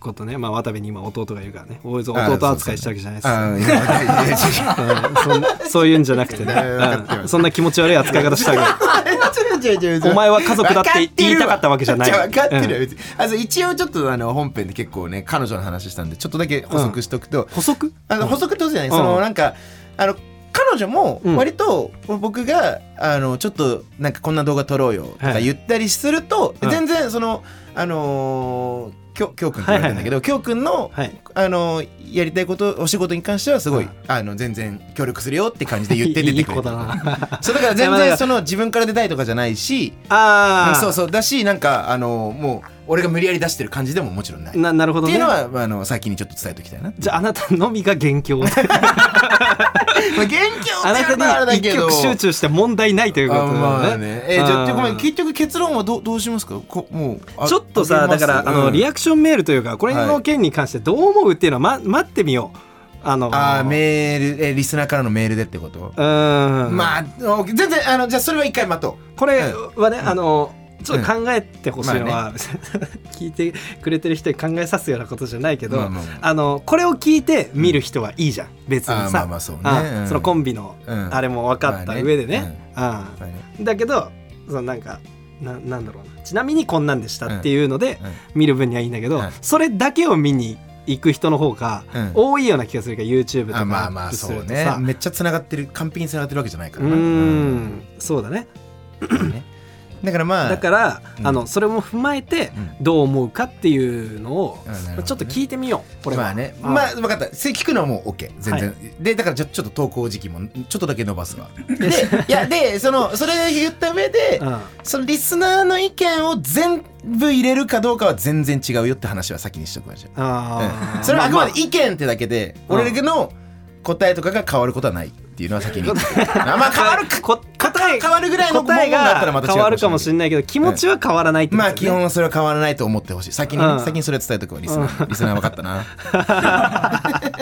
[SPEAKER 1] ことねまあ渡部に今弟がいるからねおいぞ
[SPEAKER 2] あー
[SPEAKER 1] 弟扱いしたわけじゃないです
[SPEAKER 2] うんあーいやいやいやいや
[SPEAKER 1] うんそんそういうんじゃなくてね、
[SPEAKER 2] 分かってます
[SPEAKER 1] うんそんな気持ち悪い扱い方したわ
[SPEAKER 2] 違う違う違う違
[SPEAKER 1] け
[SPEAKER 2] う
[SPEAKER 1] お前は家族だって言いたかったわけじゃない
[SPEAKER 2] 分かってる
[SPEAKER 1] う
[SPEAKER 2] わ
[SPEAKER 1] ん
[SPEAKER 2] 別にあそう一応ちょっとあの本編で結構ね彼女の話したんでちょっとだけ補足しとくと、
[SPEAKER 1] 補足
[SPEAKER 2] あの補足ってことじゃない、そ
[SPEAKER 1] うん
[SPEAKER 2] のなんかあの彼女も
[SPEAKER 1] うん
[SPEAKER 2] 割と僕が、あのちょっとなんかこんな動画撮ろうよと
[SPEAKER 1] は
[SPEAKER 2] か
[SPEAKER 1] い
[SPEAKER 2] 言ったりすると、
[SPEAKER 1] うん
[SPEAKER 2] 全然そのあのーきょきょうくんって言われてんだけど、きょうくんの、
[SPEAKER 1] はい
[SPEAKER 2] あのーやりたいことお仕事に関してはすごい、
[SPEAKER 1] うん
[SPEAKER 2] あの全然協力するよって感じで言って出
[SPEAKER 1] い
[SPEAKER 2] て
[SPEAKER 1] い
[SPEAKER 2] く
[SPEAKER 1] 子
[SPEAKER 2] れ
[SPEAKER 1] だ
[SPEAKER 2] た
[SPEAKER 1] な
[SPEAKER 2] そうだか
[SPEAKER 1] いや
[SPEAKER 2] ら全
[SPEAKER 1] まあだから
[SPEAKER 2] 然その自分から出たいとかじゃないし
[SPEAKER 1] ああ
[SPEAKER 2] そうそうだしなんかあのーもう俺が無理やり出してる感じでももちろんない、
[SPEAKER 1] ななるほど
[SPEAKER 2] って
[SPEAKER 1] ね
[SPEAKER 2] いうのは、まあ、あの先にちょっと伝えておきたいな
[SPEAKER 1] じゃああなたのみが元 凶
[SPEAKER 2] まあ、元気を
[SPEAKER 1] あなたに一極集中して問題ないということだよ
[SPEAKER 2] あまあね。えーじゃ
[SPEAKER 1] う
[SPEAKER 2] あ
[SPEAKER 1] ん
[SPEAKER 2] でごめん結局結論はどうどうしますか。こもうあ
[SPEAKER 1] ちょっとさ
[SPEAKER 2] あげ
[SPEAKER 1] だ
[SPEAKER 2] ます
[SPEAKER 1] からあ
[SPEAKER 2] う
[SPEAKER 1] の
[SPEAKER 2] ん
[SPEAKER 1] リアクションメールというかこれの件に関してどう思うっていうのは、ま、待ってみようあの
[SPEAKER 2] あーメールえーリスナーからのメールでってこと。
[SPEAKER 1] うーんまあ
[SPEAKER 2] まあお全然あのじゃあそれは一回待と
[SPEAKER 1] これはね、あのちょっと考えてほしいのは、
[SPEAKER 2] ま
[SPEAKER 1] 聞いてくれてる人に考えさすようなことじゃないけ
[SPEAKER 2] う。
[SPEAKER 1] ど、
[SPEAKER 2] まあまあまあ
[SPEAKER 1] あのこれを聞いて見る人はいいじゃん別
[SPEAKER 2] あ
[SPEAKER 1] に
[SPEAKER 2] ー
[SPEAKER 1] さ、
[SPEAKER 2] まあまあそうね。
[SPEAKER 1] あそのコ
[SPEAKER 2] ン
[SPEAKER 1] ンビの
[SPEAKER 2] うん
[SPEAKER 1] あれも分かった上でね,、あ
[SPEAKER 2] ビ。
[SPEAKER 1] だけどそのなんかななんだろうなちなみにこんなんでしたっていうので見る分にはいいんだけど、
[SPEAKER 2] はい
[SPEAKER 1] それだけを見に行く人の方が
[SPEAKER 2] うん
[SPEAKER 1] 多いような気がするから YouTube と
[SPEAKER 2] あ
[SPEAKER 1] か
[SPEAKER 2] まあ
[SPEAKER 1] ア
[SPEAKER 2] ま
[SPEAKER 1] ッ
[SPEAKER 2] あ
[SPEAKER 1] プす
[SPEAKER 2] そ
[SPEAKER 1] る
[SPEAKER 2] う
[SPEAKER 1] と
[SPEAKER 2] ね
[SPEAKER 1] さ。
[SPEAKER 2] めっちゃつながってる完璧につながってるわけじゃないか
[SPEAKER 1] う
[SPEAKER 2] ら
[SPEAKER 1] ー
[SPEAKER 2] な。うん
[SPEAKER 1] んそうだね
[SPEAKER 2] ねだからまあ
[SPEAKER 1] だから、
[SPEAKER 2] うん
[SPEAKER 1] あのそれも踏まえて
[SPEAKER 2] う
[SPEAKER 1] どう思うかっていうのを
[SPEAKER 2] あなるほどね
[SPEAKER 1] ちょっと聞いてみようこれは
[SPEAKER 2] まあね、
[SPEAKER 1] うん
[SPEAKER 2] まあ分かったそれ聞くのはもう OK 全然、
[SPEAKER 1] は
[SPEAKER 2] でだからじゃちょっと投稿時期もちょっとだけ伸ばすわでいやでそのそれ言った上で
[SPEAKER 1] うん
[SPEAKER 2] そのリスナーの意見を全部入れるかどうかは全然違うよって話は先にしとくわじゃ
[SPEAKER 1] あー
[SPEAKER 2] あそれはあく
[SPEAKER 1] ま
[SPEAKER 2] ま
[SPEAKER 1] あま
[SPEAKER 2] で意見ってだけで、俺の答えとかが変わることはないっていうのは先 にあまあ変わる
[SPEAKER 1] あこ答え
[SPEAKER 2] 変わるぐらいの
[SPEAKER 1] 答え
[SPEAKER 2] 文言だったらま
[SPEAKER 1] が
[SPEAKER 2] た違う
[SPEAKER 1] 変わ
[SPEAKER 2] かもしれない
[SPEAKER 1] るかもしれないけど気持ちは変わらないってことだ
[SPEAKER 2] まあ
[SPEAKER 1] よね
[SPEAKER 2] 基本はそれは変わらないと思ってほしい先に、ね
[SPEAKER 1] うん
[SPEAKER 2] 先にそれは伝えとくわリスナー、リスナー分かった な、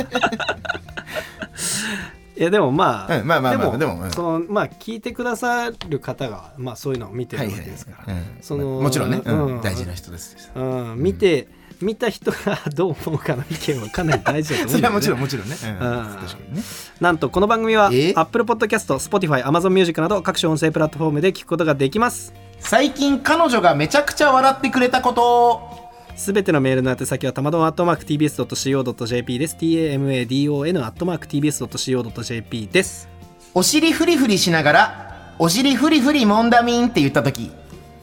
[SPEAKER 1] いやでもまあ、
[SPEAKER 2] うんまあまあまあ
[SPEAKER 1] で
[SPEAKER 2] で
[SPEAKER 1] も
[SPEAKER 2] もうん
[SPEAKER 1] そのまあ聞いてくださる方がまあそういうのを見てるわけですから、
[SPEAKER 2] うん
[SPEAKER 1] その
[SPEAKER 2] もちろんね、うん
[SPEAKER 1] うん
[SPEAKER 2] 大事な人です
[SPEAKER 1] うん見て見た人がどう思うかの意見はかなり大事だと思うん
[SPEAKER 2] それ
[SPEAKER 1] だよね
[SPEAKER 2] はもちろんもちろんね、うん
[SPEAKER 1] あー
[SPEAKER 2] 確かにね
[SPEAKER 1] なんとこの番組は
[SPEAKER 2] え
[SPEAKER 1] Apple Podcast、Spotify、Amazon Music など各種音声プラットフォームで聞くことができます
[SPEAKER 2] 最近彼女がめちゃくちゃ笑ってくれたこと
[SPEAKER 1] すべてのメールの宛先はたまどん atmarktbs.co.jp です tamadon atmarktbs.co.jp です
[SPEAKER 2] お尻フリフリしながらお尻フリフリモンダミンって言った時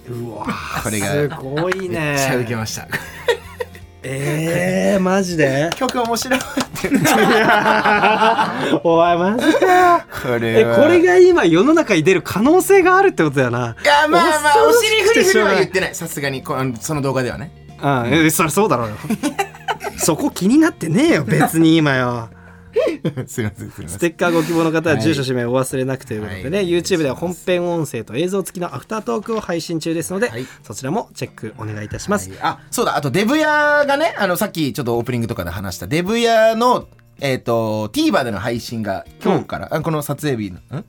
[SPEAKER 1] うわ
[SPEAKER 2] これが
[SPEAKER 1] すごいね
[SPEAKER 2] めっちゃウケました
[SPEAKER 1] えー、マジで
[SPEAKER 2] 曲面白い って
[SPEAKER 1] おいマジか
[SPEAKER 2] これ
[SPEAKER 1] えこれが今世の中に出る可能性があるってことだよない
[SPEAKER 2] やまあまあお尻フリフリは言っ
[SPEAKER 1] る
[SPEAKER 2] てないさすがにこあのその動画ではね
[SPEAKER 1] うんえそりゃそうだろうよそこ気になってねえよ別に今 よ
[SPEAKER 2] すいませんすいませ
[SPEAKER 1] ス
[SPEAKER 2] ん
[SPEAKER 1] テッカーご希望の方は住所氏名をお忘れなくということでね、
[SPEAKER 2] はい
[SPEAKER 1] YouTube では本編音声と映像付きのアフタートークを配信中ですので、
[SPEAKER 2] はい
[SPEAKER 1] そちらもチェックお願いいたします、
[SPEAKER 2] あそうだあとデブ屋がねあのさっきちょっとオープニングとかで話したデブ屋のえっ、と TVer での配信が今日から、あこの撮影日のん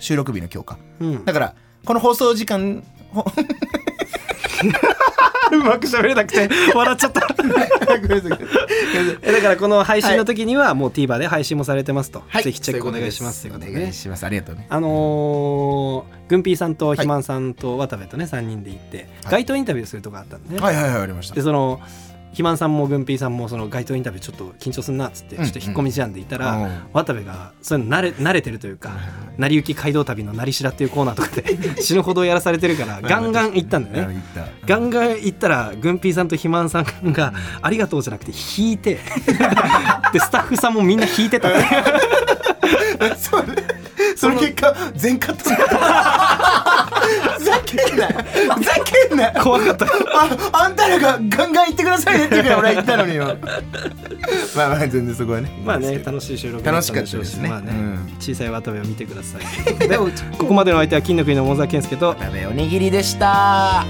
[SPEAKER 2] 収録日の今日か
[SPEAKER 1] うん
[SPEAKER 2] だからこの放送時間ほ
[SPEAKER 1] うまく喋れなくて笑っちゃった
[SPEAKER 2] ごめんなさい
[SPEAKER 1] えだからこの配信の時にはもう TVer で配信もされてますと、
[SPEAKER 2] はい
[SPEAKER 1] ぜひチェックお願いします
[SPEAKER 2] そううこと
[SPEAKER 1] と
[SPEAKER 2] で
[SPEAKER 1] いうこと
[SPEAKER 2] お
[SPEAKER 1] で
[SPEAKER 2] 願い
[SPEAKER 1] ね
[SPEAKER 2] しますありがとうね
[SPEAKER 1] あのー、軍ーさんと肥満さんと渡部とね3人で行って、街頭インタビューするとこあったんでね、
[SPEAKER 2] はいはいはいありまし
[SPEAKER 1] でその肥満さんも軍ーさんもその街頭インタビューちょっと緊張すんなっつってちょっと引っ込み思案でいたら、
[SPEAKER 2] うんうん
[SPEAKER 1] 渡部がそういうの慣れ慣れてるというか「成り行き街道旅の成りしら」っていうコーナーとか で死ぬほどやらされてるからガンガン行ったんだよね。ガンガン行ったら軍ーさんと肥満さんが「ありがとう」じゃなくて引いて でスタッフさんもみんな引いてた
[SPEAKER 2] それその結果全カットだふざけんなよふざけんなよ
[SPEAKER 1] 怖かった。
[SPEAKER 2] ああんたらがガンガン行ってくださいねって言うから俺は言ったのによまあまあ全然そこはね
[SPEAKER 1] まあね楽しい収録
[SPEAKER 2] 楽しかったですね
[SPEAKER 1] まあね
[SPEAKER 2] うん
[SPEAKER 1] 小さい渡部を見てくださ いでここまでの相手は金の国の桃沢健介と
[SPEAKER 2] 鍋おにぎりでした